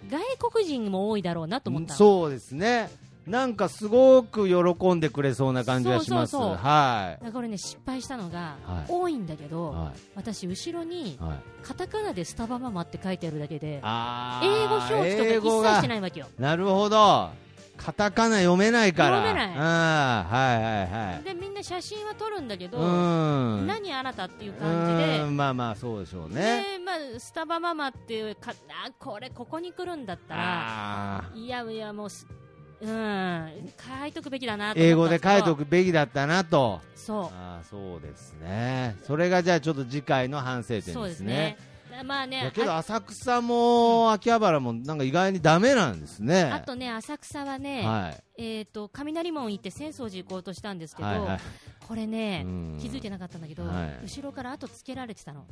外国人も多いだろうなと思ったの
そうですねなんかすごく喜んでくれそうな感じがします
そうそうそう
は
だからこれね失敗したのが、
はい
多いんだけ
い、
ど、
はい
私後ろに
はい、
カタカナでスタバママって書いてあるだけで
あ
英語表記
英
と
語
か一切
が
してないわけよ
なるほどカタカナ読めないから
読めない
あーはいはいはい
でみんな写真は撮るんだけど、
うん
何あなたっていう感じで
うーんまあまあそうでしょうね
で、まあ、スタバママっていうかあこれここに来るんだったら
あー
いやいやもうすうん書いとくべきだなと
英
思
語で
ったん
す
けど
書いておくべきだったなと
そ
あーそうですねそれがじゃあちょっと次回の反省点
う
ですね
そうですねまあ
い
ね
やけど
あ
浅草も秋葉原もなんか意外にダメなんですね
あとね浅草はね、
はい
えー、と雷門行って浅草寺行こうとしたんですけど、
はいはい
これね
うん
気づいてなかったんだけど、
はい
後ろから後つけられてたのっ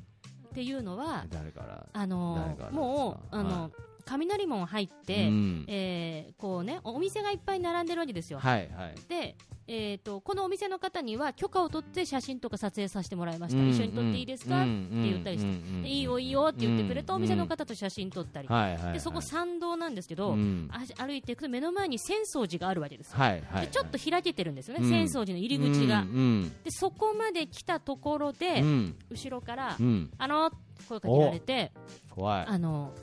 ていうのは
誰から
あの
誰からですか
もうあの、
は
雷門入って、
うん
えーこうね、お店がいっぱい並んでるわけですよ。
はいはい
で、えー、とこのお店の方には許可を取って写真とか撮影させてもらいました、
うん
一緒に撮っていいですか、
うん
って言ったりして、
うんうんうん
でいいよ、いいよって言ってくれたお店の
うん
方と写真撮ったり、
はいはいはい
でそこ参道なんですけど、
うん
あ歩いていくと目の前に浅草寺があるわけですよ、
はいはい
でちょっと開けてるんですよね、
うん
浅草寺の入り口が、
うんうん
でそこまで来たところ
う
で、
ん
後ろから、
うん
あの声かけられて、
怖い
あの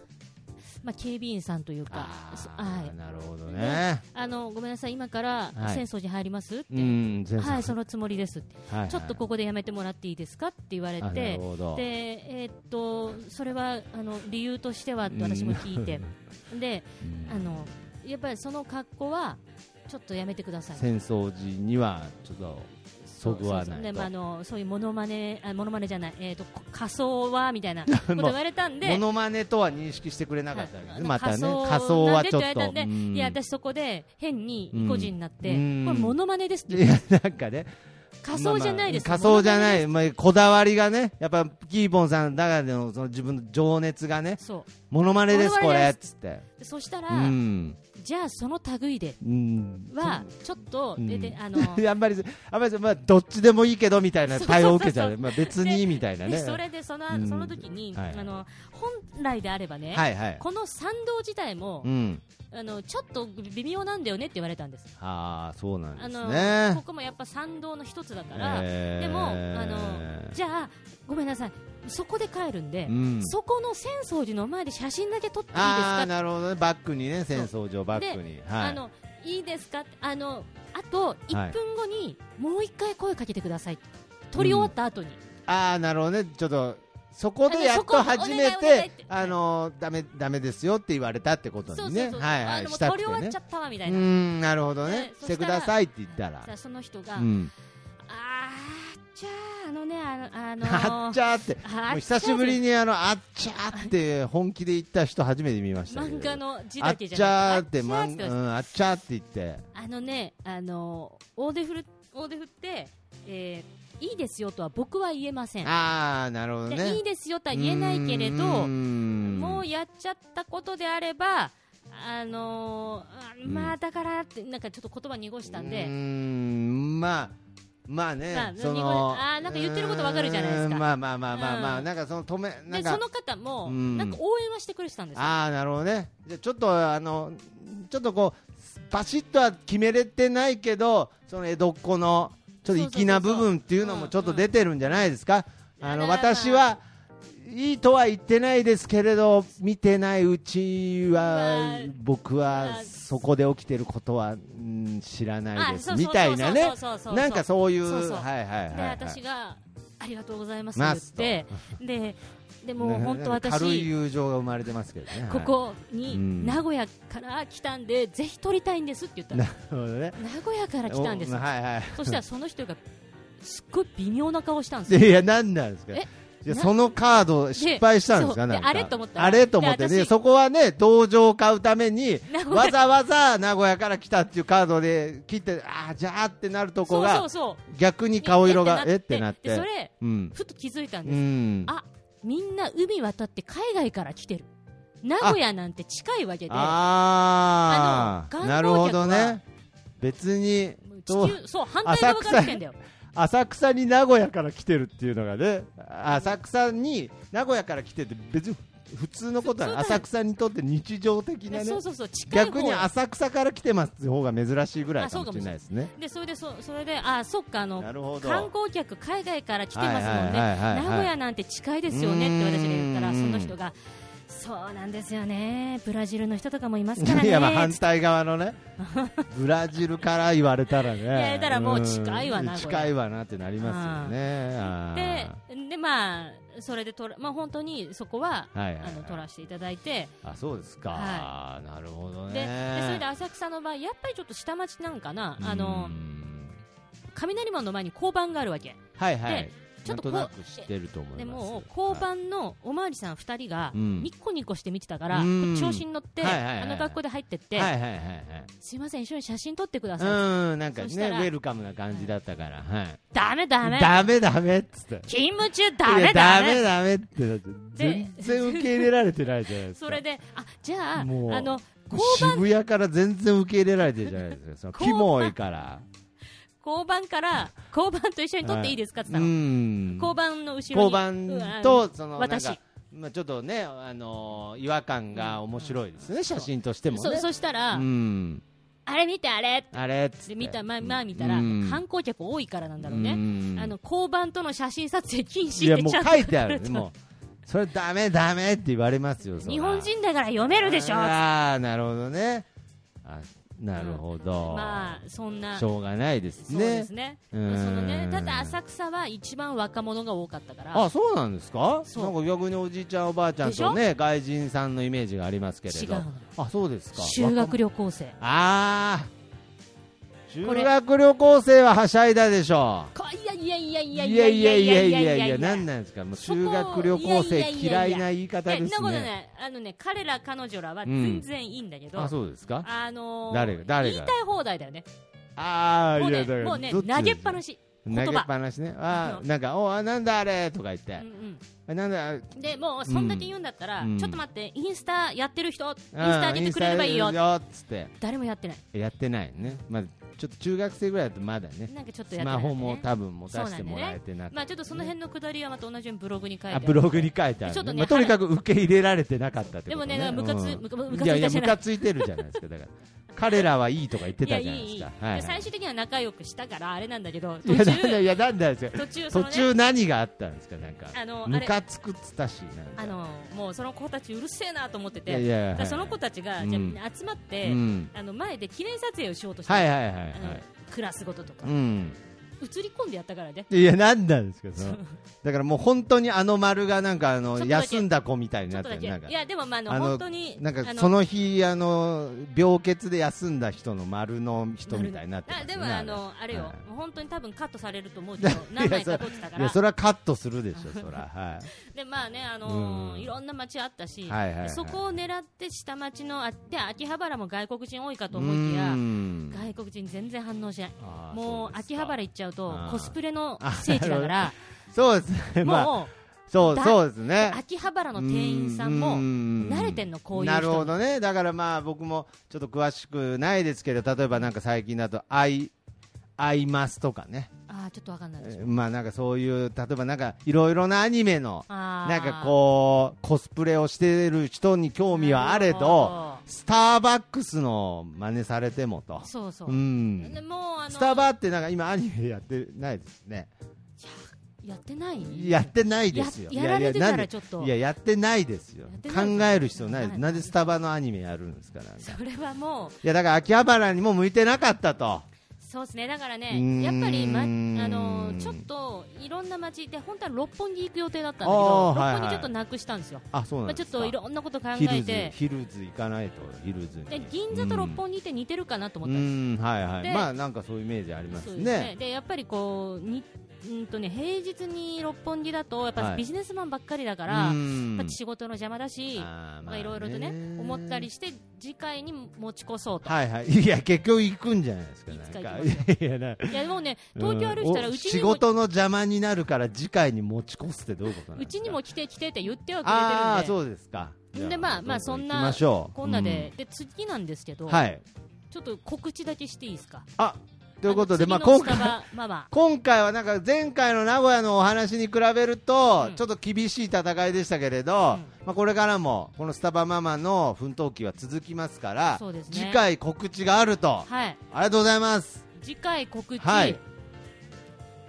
まあ、警備員さんというか、そは
あ
い
ー、なるほど
ね
ね
あのごめんなさい、今から
はい
浅草寺入りますって、
うん全
はい、そのつもりですって、
はいはい
ちょっとここでやめてもらっていいですかって言われ
あな
て
る、ほど
でえーっとそれはあの理由としてはって私も聞いて、であのやっぱりその格好はちょっとやめてください。
戦争時にはちょっとそぐわ
そう
な
そ
いうと
でまああのそういうモノマネあモノマネじゃないえーっ、とこ仮装はみた いなこと言われたんで
モノマネとは認識してくれなかったわけ
は
です
い
ねまたね
なんか
仮装はちょ
な
っ
んでて言われた
と
んで
うん
いや私そこで変に意固地になって、
うん
これモノマネですって
い
言って
やなんかね
仮装じゃないです、
まあまあ仮装じゃないい、まあ、こだわりがねやっぱキーボンさんの中でのその自分の情熱がね
そ
モノマネです
モノ
こ
マネ
れっ
で
つって
うでそしたら、
うん
じゃあその類で
うん
はちょっと、
うん
でで あの
あんまりあんまりまあどっちでもいいけどみたいな対応を受けちゃうまあ別にみたいな
で
ね
それでその
うん
その時に、
はい
あの本来であればね、
はいはい
この参道自体も
う、ん
あのちょっと微妙なんだよねって言われたんです
ああそうなんで
あ
す
の
ね
ここもやっぱ参道の一つだから、
えー
でもあのじゃあごめんなさいそこで帰るんで、
うん
そこの浅草寺の前で写真だけ撮っていいです
あ
か
あなるほどねバックにね戦争上バックには
あ
い
のいいですかあのあと
はい
1分後にもう一回声かけてください、撮り終わった後に、
ああなるほどねちょっとそこでやっと始め
あのそこお願いお願いってて
あのダメダメですよって言われたってこと
そう
に
そう
ね
そう、
はいは
あ
い
のもう
した
撮
く
り
て
終わ
ね
っちゃったわみた
う
いな、
んなるほどね
で
し
そ
て
し
く
たら
ださいって言ったら
じゃあその人が、
うん
あーじゃああのねあの、あの
あっち
ゃ
ゃーって
あ
もう久しぶりにあのあっちゃーって本気で言った人初めて見ましたけど
漫画の字
あ
だ
っ
けじ
ち
ゃ
ゃー
な
っ
くて
てまん、
あっちゃ
うん、あっちゃー
ーって言われて
って言って
あのねあの大手振る大手振って、えーいいですよとは僕は言えません
ああなるほど
で
ね
いいですよとは言えないけれども
も
うやっちゃったことであれば、あのーあまあだからって、なんかちょっと言葉濁した
う
ん
ー
で、
んまあまあね、
まあ
その
濁いあーなんか言ってることわかるじゃないですか
うーんまあまあまあまあまあ、
うん
なんかその止めな
で
んか
その方も、
うん
なんか応援はしてくれてたんですよ、
ああなるほどねじゃあちょっとあのちょっとこうバシッとは決めれてないけどその江戸っ子のちょっと粋な部分っていうのもちょっと出てるんじゃないですか、
うん
あの
いやだから
私はいいとは言ってないですけれど見てないうちは
まあ
僕
ま
は
あ
そこで起きてることは、うん知らないで
あ
す
そうそう
みたいなね
そうそうそうそう
なんかそういう
そうそう
はいはいはい、
で
はい、
私がありがとうございます
ま
っ
すと
て言って、ででもう本当、
軽い
私、
友情が生まれてますけどね
こ
は
こ
う
に
ん
名古屋から来たんで、ぜひ撮りたいんですって言った
いな
ら
る、ほどね
名古屋から来たんです
お、はいはい
そしたらその人が、すっごい微妙な顔したんですよ。
いや、なんなんですか。
え
いやそのカード失敗したんです
そ
か
う
なんか
であれと思ったら
あれと思って
で
ね
私
そこはね同情を買うために
名古屋
わざわざ名古屋から来たっていうカードで切ってああじゃあってなるとこ
そうそう
が
そう
逆に顔色がえってなっ
で
て
それ、
うん
ふと気づいたん
う
です、
ん
あみんな海渡って海外から来てる名古屋なんて近いわけで
あ
あ
あ
の
なるほどね別に
もう
と
地球そう反対側から来てんだよ
浅草に名古屋から来てるっていうのがね浅草に名古屋から来てって別に普通のことなの
普通だよ
浅草にとって日常的なね
そうそうそう近い方
逆に浅草から来てますって方が珍しいぐらいかもしれないですね。
でそれでそそれであそっかあの
なるほど。
観光客海外から来てますもんね、
はいはいはいはい
名古屋なんて近いですよねって私が言った
う
ら
ーん
その人がそうなんですよねブラジルの人とかもいますからね
いやまあ反対側の ね、ブラジルから言われたらね。い
やだからもう近いわなこれ
近いわなってなりますよね。あ
で
ー
でまあそれでとら、まあ、本当にそこは,、
はいはいはい
あの取らせていただいて
あそうですか、
は
なるほどね。
ででそれで浅草の場合やっぱりちょっと下町なんかなあの
うん
雷門の前に交番があるわけ
はいはい。
ち
な
ょっ
ん
とことう
なく知ってると思
で
います
も交番のおまわりさん2人が
うん
ニッコニコして見てたから、
うん
調子に乗って、
はいはいはいはい
あの学校で入ってって、
はいはいはいはい
すいません、一緒に写真撮ってください、
うんなんかね
そ
ウ
したら
ェルカムな感じだったから、はい、
ダメダメ、
ダメダメっつって
勤務中
い
ダ
や
メダメ、
ダメってなって
で
全然受け入れられてないじゃないですか
それで、あじゃあ、あ
もう
の交番
渋谷から全然受け入れられてるじゃないですか そのキ
交番
モいから
交番から交番と一緒に撮っていいですかって
う
言ったの、
ん
交番の後ろに
交番とそのなん
私
かまあちょっとねあのー違和感が面白いですね写真として
うん
も
そ
ね
そしたら、
うん
あれ見てあれっ
あれっつって
て見たまあまあ見たら、
うん
観光客多いからなんだろうね、
ん
あの交番との写真撮影
い
禁止
や
って
もう
ちゃんと
書いて ある
書かれた
もうそれダメダメって言われますよそら
日本人だから読めるでしょ
ああなるほどねあなるほど、
まあそんな
しょうがないです
そう
ね
ですね
うん
そのねただ浅草は一番若者が多かったから
あそうなんですか
そう
なんか逆におじいちゃんおばあちゃんとね外人さんのイメージがありますけれ
違う
ど
の
あそうですか
修
若
学旅行生
ああ修
これ
学旅行生ははしゃいだでしょ
こいやいやいや
う
い
い
や
やいやいやいやいやいや
い
何
い
なんですかもう
そこ
修学旅行
い
生
やいやいやい
嫌
や
いな言い方
や
で
そ
す
んなこと
ね
ないあのね彼ら彼女らは
うん
全然いいんだけど、
あそうですか
あのー
誰が誰
言
が
いたい放題だよね
ああ
もう
いや
ね
だから
もうね
どち
投
です
げっぱなし、
投
葉
げっぱなしねあ
う
ーなんかおあなんだあれとか言って
うんうん
あなんだあ
でもうそんだけ言うんだったら、
うん
ちょっと待ってインスタやってる人インス
あー
タ上げてくれればいいよ
インスタやるよっつって
誰もやってない
やってないねまあちょっと中学生ぐらいだとまだね
なんかちょっと
ス
やってない、
マ
ね、
ホも多分持たせてもらえてなくて
まあちょっとその辺のくだりはまた同じようにブログに書いて
あ
ある
ブログに書いてある、
ちょっとね
まあとにかく受け入れられてなかったってこと、ね、
でもねムカつムカムカついた
いやいや
じゃ
ム
ない
カついてるじゃないですかだから彼らはいいとか言ってたじゃないですかはいい
やいいいで
はい
最終的には仲良くしたからあれなんだけど
い
途
やなんだ
中
いやなんだですよ
途中そ
途
の、ね、
中何があったんですかなんか
あのあ
ム
れ
カつくっつったしなんか
あのもうその子たちうるせえなと思ってて
いやいや
だからそ
は
の
い
子たちが、
うん
じゃあ集まって、
うん
あの前で記念撮影をしようとして、
はいはいはいは
あの
い
クラスごととか、
うん
映り込んでやったからね
いやなんなんですかそのだからもう本当にあの丸がなんかあ
ちょ
の
っとだけ
休んだ子みたいに
ちょ
な
っ
っ
と
て
だ
るな
け
んか
いやでもまああの
あの
本当に
なんか
あ
その日あの病欠で休んだ人の丸の人みたいになってます
あ
ね
でも
れ
あのあれよ、
はい
もう本当に多分カットされると思うけど何枚か撮ってたか
いや
ら
それはカットするでしょそ らは
でまあねあのー
うん
いろんな街あったし、
はいはいはい
でそこを狙って下町のあで秋葉原も外国人多いか
い
と思いきや
うん
外国人全然反応しない
あー
もう
そですか
秋葉原行っちゃうと
あー
コスプレの聖地 だから
そうですね まあ
も
そう
だ
そうです
う
ね
秋葉原の店員さんも慣
慣
れてんのこういう人
な
に
るほどねだからまあ僕もちょっと詳しくないですけど例えばなんか最近だとアイアイマスとかね
ああちょっとわかんないです
まあなんかそういう例えばなんかいろいろなアニメの
あ
なんかこうコスプレをしてる人に興
う
味はあれどスターバックスの真似されてもと
そうそう、
うん
でもうあの
スタバってなんか今アニメやってないですね
やってない
やってないですよ
ややられてたらちょっと
いやいやなんでいややってないですよ
やってない
考える必要ないです
な
ないんでスタバのアニメやるんですかなんか
それはもう
いやだから秋葉原にも向いてなかったと
そうですねだから
うーん
ねやっぱり、ま、あのちょっといろんな街で本当は六本木行く予定だったんだけ
あ
ど
ーはいはい
六本木ちょっとなくしたんですよ、
あそう
ま
な
あ、
ん
ち
で
ょっ
すか
といろんなこと考
ヒ
え
ルズ
て
ヒルズ行かないとヒルズに
で銀座と六本木って似てるかなと思ったんで
うんはいは
で
いまあなんかそういうイメージありますす
そうですね
ね
でやっぱりこうにうんとね平日に六本木だとやっぱ
はい
ビジネスマンばっかりだから、
う
や
ん
っぱ仕事の邪魔だし
あーまあ
まあいろいろとね思ったりして次回に持ち越そ うと、
はいはいいや結局行くんじゃないですか
いつ
な
か
んか
行
い
き
やな
やもうね東京歩いてたら
うんお
うち
仕
にも
事の邪魔になるから次回に持ち越すってどういうことなん
う
ですか
ちにも来て来てって言ってはくれてるんで
ああーそうですか
で
じゃ
まあまあ
どんど
そんなん
行きましょう
こんなで、で次なんですけ
う
ど、
んはい
ちょっと告知だけしていいですか。
あということでまあ
の次
今
のスタ
回
バママ
今回はなんか前回の名古屋のお話に比べると
うん
ちょっと厳しい戦いでしたけれど、
ん
まあこれからもこのスタバママの奮闘記は続きますから
そうですね
次回告知があると
はい、
ありがとうございます
次回告知、
はい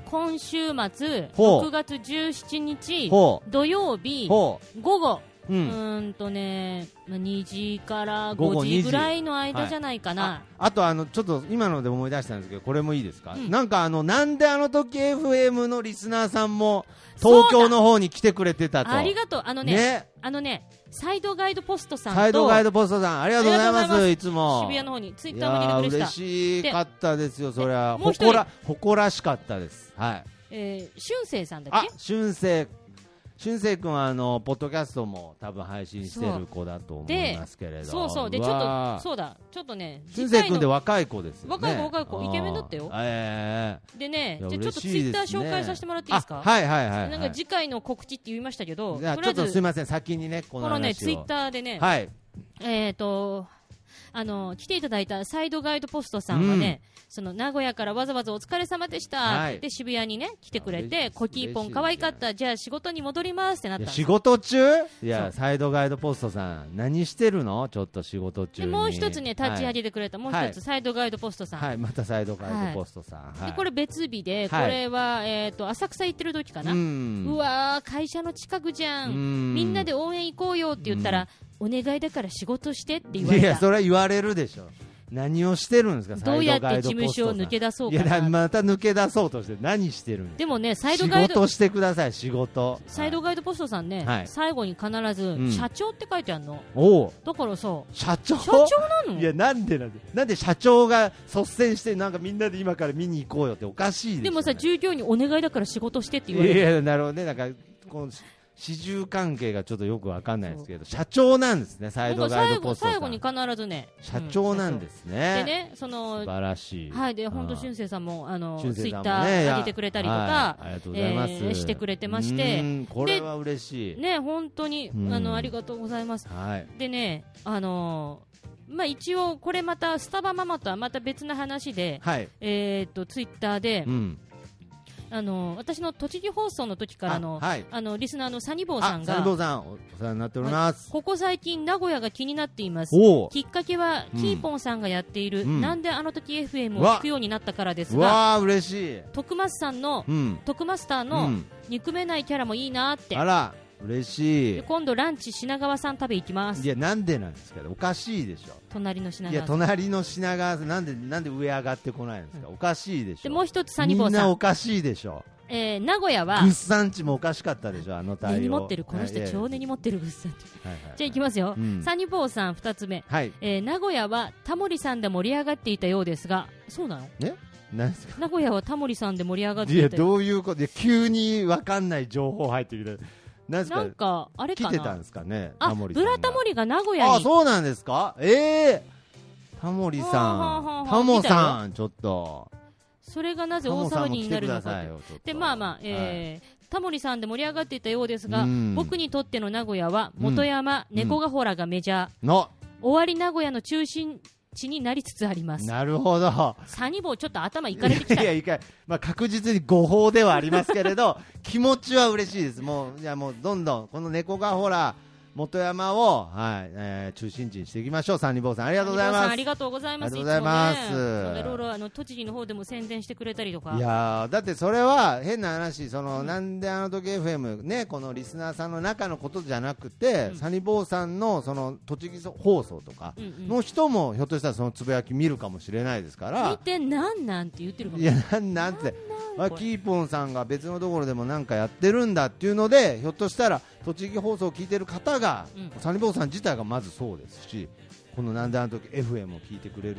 今週末、
ほう
6月17日
ほ
土曜日
ほ
午後、
うう
うんーんとね、まあ2時から
午後
5
2
時
時
ぐらいの間じゃないか
あ
な。
あとあのちょっと今ので思い出したんですけどこれもいいですか、
うん
なんかあのなんであの時 FM のリスナーさんも
そうだ
東京の方に来てくれてたと
ありがとう、あのね
ね
あのね、サイドガイドポストさんと
サイドガイドポストさんありがとうございます
ありがとうござ
いつも
渋谷の方にツイ
い
ッターも
やー
出てくれて
嬉し
た。
かったですよそれは
もう一人
誇ら誇らしかったですはい
えー、俊生さんだっ
あ
け、
俊生。俊生君はあのポッドキャストも多分配信してる子だと思いますけれど。
そうそう、で、ちょっと、そうだ、ちょっとね、
俊
次
生
回
君で
の
若い子ですよね。
若い子若い子イケメンだったよ
あーえ
で
え
ね、
いや
じゃあちょっ
嬉
とツ
し
イ
いです
ッ
ね
ター紹介させてもらっていいですか、
あはいはいはいはい。
なんか次回の告知って言いましたけど、
じゃあ
と
ち
り
ょっ
あえ
とすみ
ず、
ません先にねこ
こ
の
のね、
話
ツイッ
を。
ターでね、
はい。
えー、とあの来ていただいたサイドガイドポストさんはね、その名古屋からわざわざお疲れ様でした、
はい
で渋谷にね来てくれ
嬉しいで
て
す
コキーポン可愛かったじゃあ仕事に戻りますってなっ
い
た
や
の
仕事中い
そ
や
う
サイドガイドポストさん何してるのちょっと仕事中
で
に
もう一つね立ち上
はい
げてくれた、もう
はい
一つサイドガイドポストさん、
はいまたサイドガイドポストさんはい
でこれ別日で、
はい
これは、えー、と浅草行ってる時かな、
う
うんわー会社の近くじゃん、
うん
みんなで応援行こうよって言ったら、お願いだから仕事してって言われ
い
た
やそれは言われるでしょ何をしてるんですか
どうやって
サイ
事
ドガイド
務
ポスト
所
さ
を
ん
抜け出そう
いや
か
だ
な
また抜け出そうとして何してるんで
でもねサイ
す
ド
仕
ガイド
事してください仕事
サイド
はい
ガイドポストさんね、
はい
最後に必
うん
ず社長って書いてあるの、
おう
だからそ
社長
う社長なの
いやなんでなんでなんで社長が率先してなんかみんなで今から見に行こうよっておかしいです
で
よね
もさ従業員にお願いだから仕事してって言われ
い
る
やいやなるほどねなんかこの始終関係がちょっとよくわかんないですけど社長なんですねサイ
な
ド
んか
ガイ
最
ドポ
後
ストさん
最後に必ずね
社長なんで、す
うんで
ね、
ねその
素晴らしい
はい、で、
うん
本当、俊生さんも、あの、
俊
ツ
生
イ
さんもね
ッター上げてくれたりとか
い、やありがとうございます、
えーしてくれてまして
うんこれは嬉しい、
ね、本当に、
うん
あの、ありがとうございます。
はい
でね、あのーまあ、一応、これまた、スタバママとはまた別な話で、
はい、
えーっと、ツイッターで
う、ん、
あのー私の栃木放送の時からの、
あはい
あの、リスナーのサニボーさ
あ
ん
斉藤
が、
さんおお世話になっております、
ここ最近、名古屋が気になっています。
おお
きっかけは、
うん
キーポンさんがやっている、
うん
なんであの時 FM を
うわ
聞くようになったからです
う
が、
わー嬉しい
徳松さんの、
うん
徳マスター
う
の
ん
憎めないキャラもいいなーって
あら嬉し
で
い
今度ランチ品川さん食べ行きます
いやなんでなんですけどおかしいでしょ
隣の品
いや
川さん
隣の品川さんなんでなんで上上がってこないんですかおかしいでし
で
ょ
もう一つサニボ
み
ー
ん
さ
なんお、かしいでしょ
えー、名古屋は
グッサンチもおかしかったでしょあの対応
根に持ってるこの人
はい
超根に持ってるぐっさんじ
はいはいはい
ゃあ行きますよ、
うん
サニボーさん2つ目、
はい
えー、名古屋はタモリさんで盛り上がっていたようですがそうなの
なんですか
名古屋はタモリさんで盛り上がって
いや
いたよ
どういうこといや急にわかんない情報入ってきてなんです
な
か
んかあれ
来
か
てたん
な
ですかね
あ
タモリさん
ブ
が
ラタモリが名古屋
あ
に
そうなんですかええタモリ
はあはあ
さ
はあは
ん
あ
タモさんちょっと
それがなぜ
タモ
大
さ
騒
んも
ぎ
来
にな
てく
るの
だ
かと
さいよちょっと
でまあまあ、
はい
えータモリさんで盛り上がっていたようですが
うん
僕にとっての名古屋は元山、
うん
猫がほらがメジャー、
の
終わり名古屋の中心地になりつつあります
なるほど
サニボーちょっと頭いかれてきた
いやいかまあ、確実に誤報ではありますけれ ど気持ちは嬉しいですもういやもうどんどんこの猫がほら元山を、はいえー中心地にしていきましょうサンリボーさんありがとうござい
サニボ
ま
ーさんあ
す
りがとうございま
ありが
す
とうございます
つもねなんかいろいろあの栃木の方でも宣伝してくれたりとか
いやーだってそれは変な話その、なんであの時 FM ねこのリスナーさんの中のことじゃなくて、
うん
サニボーさんのその栃木放送とか
うんうん
の人もひょっとしたらそのつぶやき見るかもしれないですから、
見てなんなんて言ってるかも
いやなんなんてあ
これ
キーポンさんが別のところでもなんかやってるんだっていうのでひょっとしたら栃木放送を聞いてる方が、
うん
サニボーさん自体がまずそうですしこの「なんであの時 FM」を聞いてくれる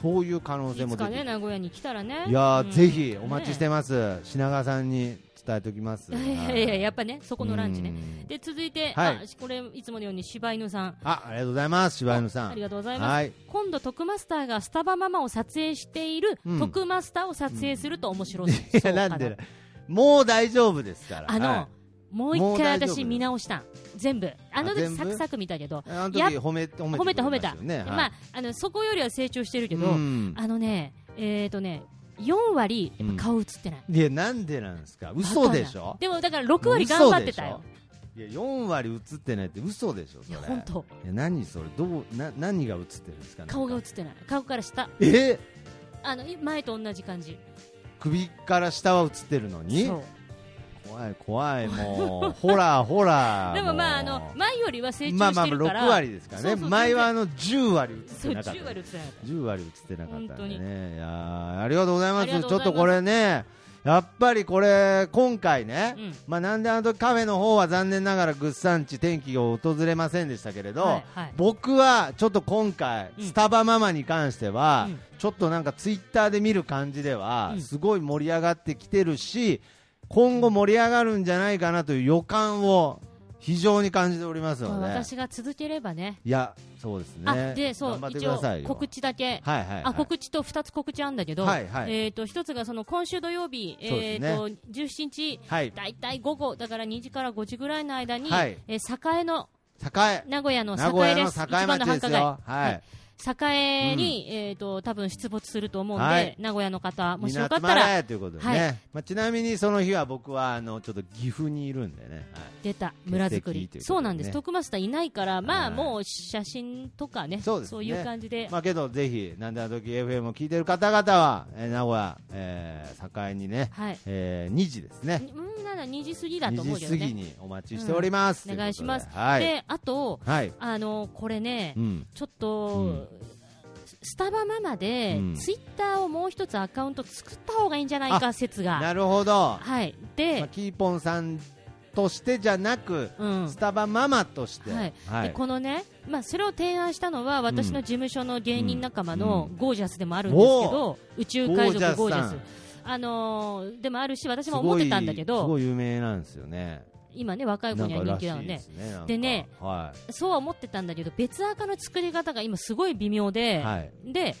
そういう可能性
い
も
つ
出て
か
く
ね
る
名古屋に来たらね
いやー、
うん
ぜひお待ちしてます、品川さんに伝えておきます
いやいやいややっ
ぱ
ぱねそこのランチねで続いて、
はい
あこれいつものように柴犬さん
あありがとうございます柴犬さん
ありがとうございます、
はい
今度徳マスターがスタバママを撮影している、
うん
徳マスターを撮影すると面白そう
いや
か
なんでだもう大丈夫ですから
あの、
はい
もう
も
一
う大
回
丈夫です
私見直したん全部あの
あ
時
全部
サクサク見たけど
あの時
やっ
褒め褒め
褒めた褒めた
てくれましたよね
まああのそこよりは成長してるけど、
はいうん
あのねえっ、とね4割やっぱ顔映ってない、
いやなんでなんですか嘘でしょ
でもだから6割頑張ってたよ
いや4割映ってないって嘘でしょそ
い
れ
や本当
いや何それどうな何が映ってるんですかなんか
顔が映ってない顔から下
え
あのい前と同じ感じ
首から下は映ってるのに
そう
怖い怖いもう ホラーホラー
でもまああの
う
前よりは成長
まあま
し
あ
てるから、
6割ですからね
そうそう
前はあの10割映っ
そう
てなかった
10割映って
10割映ってな
なかった
かったんで
本当
ねいやーありがとうございま
あ
す
りがとう
ちょ
ご
っ
ざいます
とこれねやっぱりこれ今回ね、
うん
まあなんであの時カフェの方は残念ながらぐっさんち天気が訪れませんでしたけれど、
はいはい
僕はちょっと今回、
うん
スタバママに関しては、
うん
ちょっとなんかツイッターで見る感じでは、
うん
すごい盛り上がってきてるし今後盛り上がるんじゃないかなという予感を非常に感じております
まあ
ので、
私が続ければね。
いや、そうですね。
あ、で、そう
頑張、ってく
一
だ
応
さいよ
告知だけ。
はいはいはい、
あ、告知と二つ告知あんだけど、
はいはい
えっと、一つがその今週土曜日、
そうで
え
す
っ
ね
と、17日、
はい、
だいたい午後、だから2時から5時ぐらいの間に、
はい
えー栄の、
栄、
名古屋の
名古
栄
屋
で
の
す。一
栄
番の
町です
繁華街
よ。。はい、
栄に、えっと、多分出没すると思うんで、
はい
名古屋の方、もし
皆
よか
集
った
ま
ら、
れということでね、
は
まあ、ちなみにその日は僕はあのちょっと岐阜にいるんでね、は
出た、村づく
欠席
り
ということで。ね
そうなんです。トークマスターいないから、ま
は
あ、
い
もう写真とかね、
そうですね
いう感じで
い、まあ、けどぜひ、なんであの時 FM を聞いてる方々は、えー名古屋、えー栄にね、
はい。
えー2時ですね、
うん、なんだ、2時過ぎだと思
2
うけ
時
ど
過ぎ
ね。
にお待ちしております、
お願いします。
とうことではい、
で、あと、
はい、
あの、これね
う、ん、
ちょっと、
うん
スタバママで、
うん
ツイッターをもう一つアカウント作った方がいいんじゃないか説が。
なるほど、
はい。
まあ
で、
キーポンさんとしてじゃなく、
うん。
スタバママとして、
はいでこのね、まあ、それを提案したのは私の事務所の芸人仲間の
う
ゴージャスでもあるんですけど、宇宙
ゴ
海賊ゴ
ージ
ージ
ャス
ャ
さん
ス、あのーでもあるし、私
す
も
ごい
思ってたんだけ
す
ど、
ごい有名なんですよね。
今ね、若い子には人気だよ
なんから
ね
しい、ですね。
でね
なんかは
そうは思ってたんだけど、別アカの作り方が今、すごい微妙
い。
で、
はい。
で、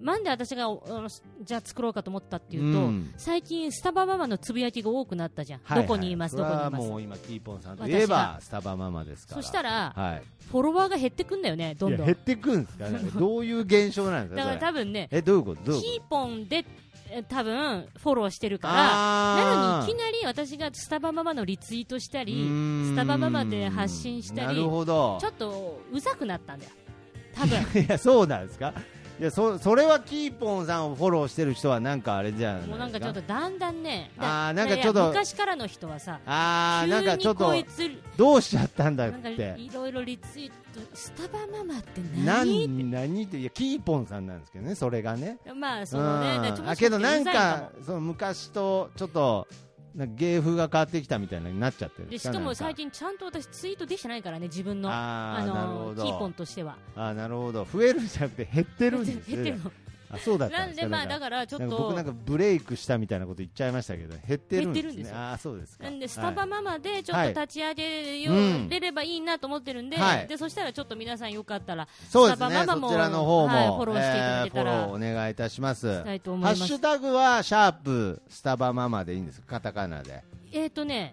なんで私があのじゃあ作ろうかと思ったっていうと、
うん
最近、スタバママのつぶやきが多くなったじゃん、
はい
どこにいます、
はそれ
どこにいま
は
す。
もう今、キーポンさんといえば、スタバママですから。
そしたら、
はい。
フォロワーが減ってくんだよね、どん
い
ど
や減
ん。
ってくんですかね。どういう現象なんです
だ
か
から
それ
多分ね、
え、どういうことどういうこ
キーポンでえ多分フォローしてる
と
から、なの
あ
にいきなり私がスタバママのリツイートした
り
り、スタバママで発信したり
なるほど。
ちょっとうざくなったんだよ、多分
いや、そうなんですかいや、そ、それはキーポンさんをフォローしてる人は、なんかあれじゃないですか。
もうなんかちょっとだんだんね、
あーな
だ
んかちょっと
いやいや昔からの人はさ、
あー、
急
なんか
に
ちょっと
こ、いつ、
どうしちゃったんだ
な
っ
んか
て。
いろいろリツイート、スタバママって何
何何っていやキーポンさんなんですけどねそれがね
まあ、そのね、だか
う
らちょっ
ん
と
あけどなん
うざいも
かその昔とちょっとなんか芸風が変わってきたみたいなになっちゃってるん
で
で
し
す
かも
なん
最近、ちゃんと私、ツイートできてないからね、自分の。あ
あーなるほ
の
ど
キーポンとしては
あーなるほど増えるんじゃなくて減ってるんですね
減ってるの
あそうだった
なんん
です
で
か
まあ
な
だ
んか
からちょっ
なんか僕
と
なんかブレイクしたみたいなこと言っちゃいましたけど減ってるんです,、ね、
減ってるんですよ
あーそうですか
なんでスタバ
はい
ママでちょっと立ち上げよ、
はいうん
れればいいなと思ってるんで,、
はい
でそしたらちょっと皆さんよかったら
そうですね
スタバママも
そちらの方も、
はいフォローしていただけたら
えーフォローお願いいたします
したいと思い
ハ
ま
ッ
す
シュタグはシャープスタバママでいいんですかカタカナで
えっ、ー、とね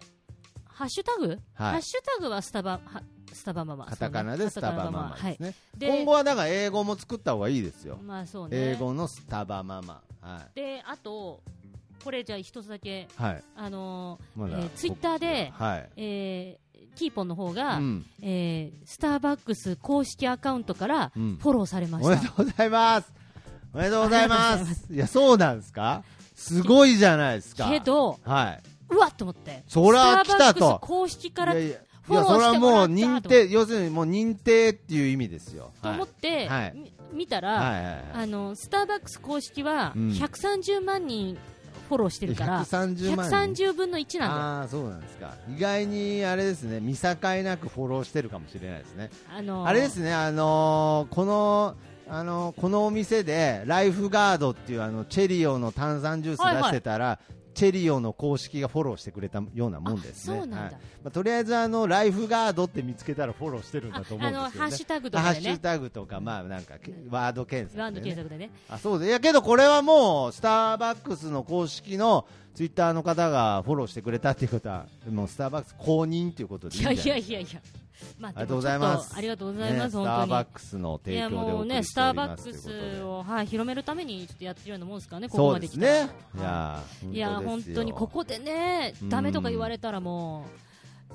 ハッシュタグ、ハ
は
ッ
い
シュタグはスタバはスタバママ
カタカナでスタバママ
そう
で
ね
すね、
カタカナママはい、で
今後はだから英語も作った方がいいですよ、
まあそうね
英語のスタバママは
であとこれじゃあ一つだけ
い、はい、
あの
まだ、
えー Twitter で
はい、
ーえーキーポンの方が、
うん、
えースターバックス公式アカウントから
うん
フォローされまし
お
た、
めでとうございますおめでとうございま
ありがとうございます
いやそうなんですかすごいじゃないですか
けど
はいう
わっと思って
そら来たと
スターバックス公式から
いやいや
フォロー
いやそれはもう
しても
認
らったと
定要するにもう認定っていう意味ですよ
と思って、
はい
み見たら、
はいはいはいはい
あのスターバックス公式は
うん
130万人フォローしてるから、
130万
130分の1なん
ああーそうなんですか意外にあれですね見境なくフォローしてるかもしれないですね
だよ、あのー
あれですね、あのーこの、あのーこのお店で、ライフガードっていうあのチェリオの炭酸ジュー
はい
ス
は
出
い
してたら、チェリオの公式がフォローしてくれたようなもんですね。
あそうなんだ
はいまあ、とりあえず、あの、ライフガードって見つけたらフォローしてるんだ
あ
と思う
あ
ん ですけど、ね。
のハッシュタグと
ハ
か
ッ
で
シュ
ね、
タグとか、まあなんかけ、ワード検
ワ
索で、
ンド
ね。
検索でね、
あ、そうで。いやけどこれはもう、スターバックスの公式のツイッターの方がフォローしてくれたっていうことは、もうスターバックス公認ということでいい
い
んじゃな
や
いで
い
すか
やいやいや、まあ
ありがとうございます
でもちょっとありがとうございます、
ねスター
本当
バッ
に。
クスの
い
提
や
供で
も
お
う
送り
ね、
し
ス
てお
ター
りま
バッ
す
ク
ということで
スを、はい、広めるためにちょっとやってるようなもんですからね、ここ
そう
まで
で
来
す
たら
ねい
は
や
いいや本当にここでね
うん、
ダメとか言われたらも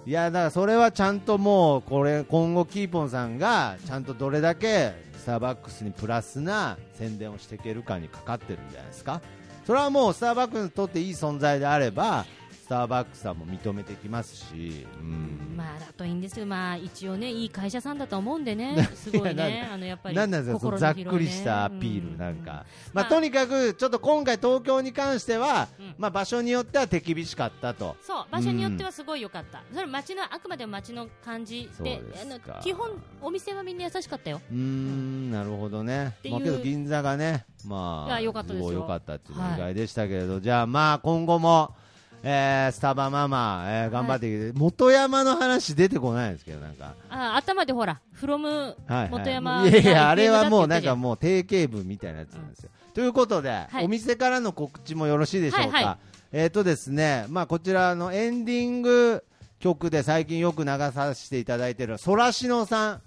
いやだからそれはちゃんともうこれ今後キーポンさんがちゃんとどれだけスターバックスにプラスな宣伝をしていけるかにかかってるんじゃないですかそれはもうスターバックスにとっていい存在であればスターバックスさんも認めてきますし、う
う、
ん
まあだといいんですけど、まあ一応ね、いい会社さんだと思うんでね、すごい
いや
ね、あのやっぱり
なんなんですか、その
心
ざ
の
っ
広いね
くりしたアピールなんか、、まあ、
まあ
とにかくちょっと今回、東京に関しては、
うん
まあ、場所によっては手厳しかったと
うん、そう、場所によってはすごい良かった、それ街のあくまでも街の感じで
そうで、
あ
す
の
か
基本、お店はみんな優しかったよ、
うーんなるほどね
て、いう
まあ、けど銀座がね、ま
い
あ、
や良かったですよ
ごい良かったっていうのは意外でしたけれど、じゃあ、まあ今後も、えースタバママ、えー頑張ってきて、元山の話出てこないんですけど、なんか。
あ頭でほら、フロム
はいはい、
元山が
いやいや、あれ
FM だって言ってたじゃ
はもうなんかもう定型文みたいなやつなんですよ。ということで、
い
お店からの告知もよろしいでしょうか。
はいはい
えっ、とですね、まあこちらのエンディング曲で最近よく流させていただいてるそらしのさん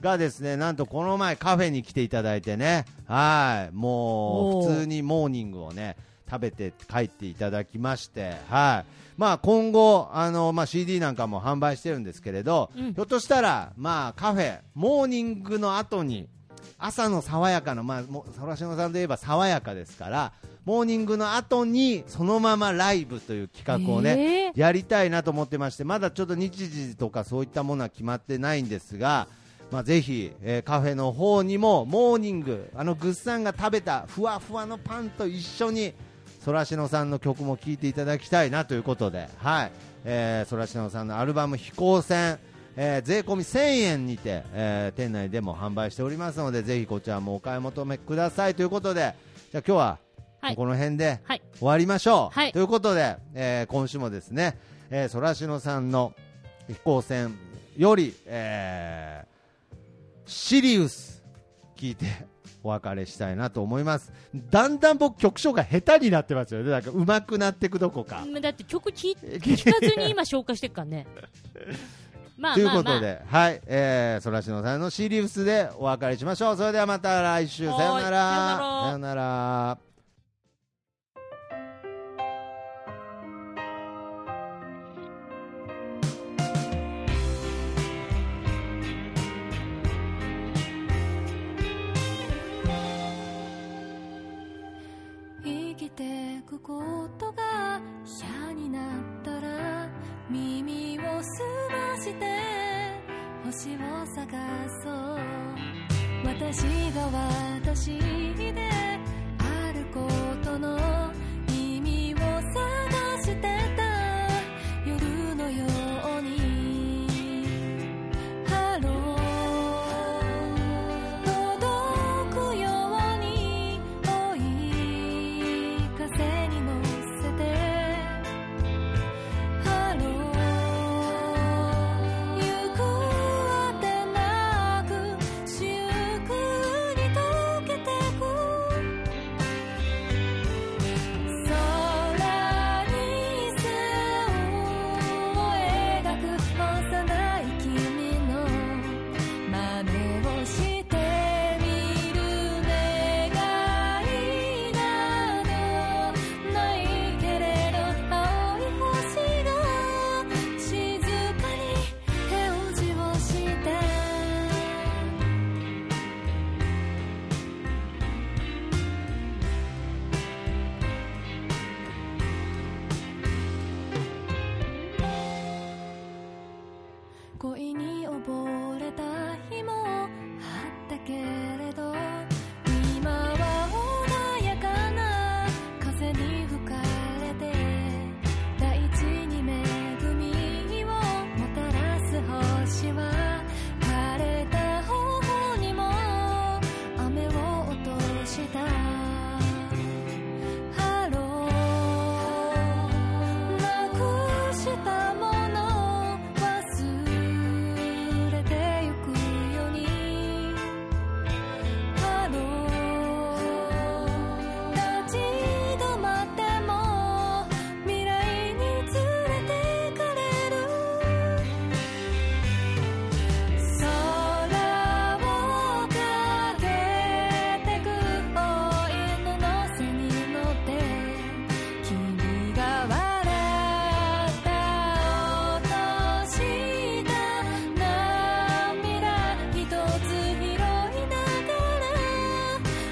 がですね、なんとこの前カフェに来ていただいてね、はい、もう
おー
普通にモーニングをね、食べて帰っていただきまして、はい。まあ今後、あの、まあ CD なんかも販売してるんですけれど、
うん
ひょっとしたら、まあ、カフェ、モーニングの後に、朝の爽やかな、まあ、もう、そらしのさんといえば爽やかですから、モーニングの後に、そのままライブという企画をね、やりたいなと思ってまして、まだちょっと日時とかそういったものは決まってないんですが、まあ、ぜひ、えーカフェの方にも、モーニング、あの、ぐっさんが食べた、ふわふわのパンと一緒に、そらしのさんの曲も聴いていただきたいなということで、はい、えー、そらしのさんのアルバム飛行船、えー税込み1000円にて、えー店内でも販売しておりますので、ぜひこちらもお買い求めくださいということで、じゃあ今日は、
はい
この辺で
はい
終わりましょう。
はい
ということで、えー今週もですね、えー、そらしのさんの飛行船より、えーシリウス聞いてお別れしたいなと思いますだんだん僕曲紹介下手になってますよねだから上手くなっていくどこか
うんだって曲聴聞かずに今紹介してっから ね。まあ
という
ま
こ
あま
と
あ
で、はい、えー、そらしのさんのシリウスでお別れしましょう。それではまた来週、
は
さ
ー
よ
い
なら。
さよ
さよなら
生きてくことが嫌になったら耳を澄まして星を探そう私が私であることの意味を探してた夜のようにハロー届くように追い風に乗せてハロー行くあてなく祝に溶けてく空に線を描く幼い君の真似をしてみる願いなどないけれど青い星が静かに返事をして恋に溺れた日もあったけれど今は穏やかな風に吹かれて大地に恵みをもたらす星は枯れた頬にも雨を落としたハローなくしたもの忘れてゆくようにハロー立ち止まっても未来に連れてかれる空を駆けてく「お犬の背に乗って」「君が笑った落とした涙」「ひとつ拾いながら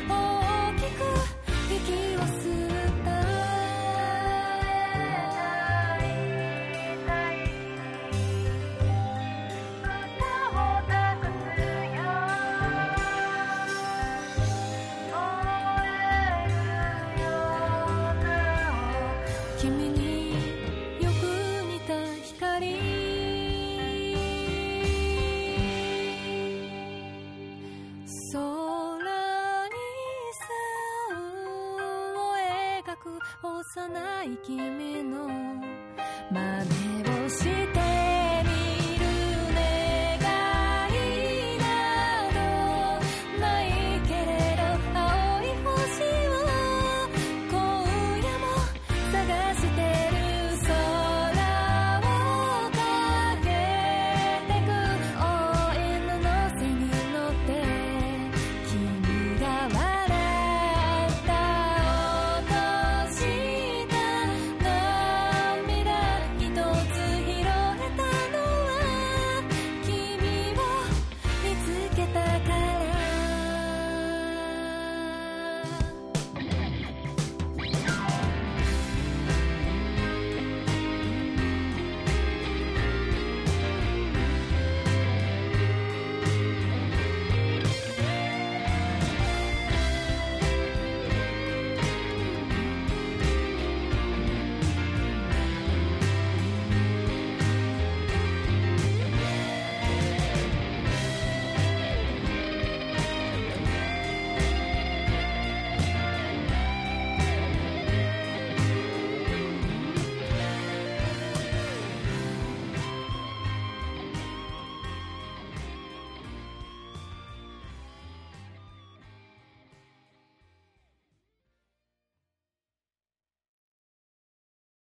大きく息を吸った」君によく似た光空に線を描く幼い君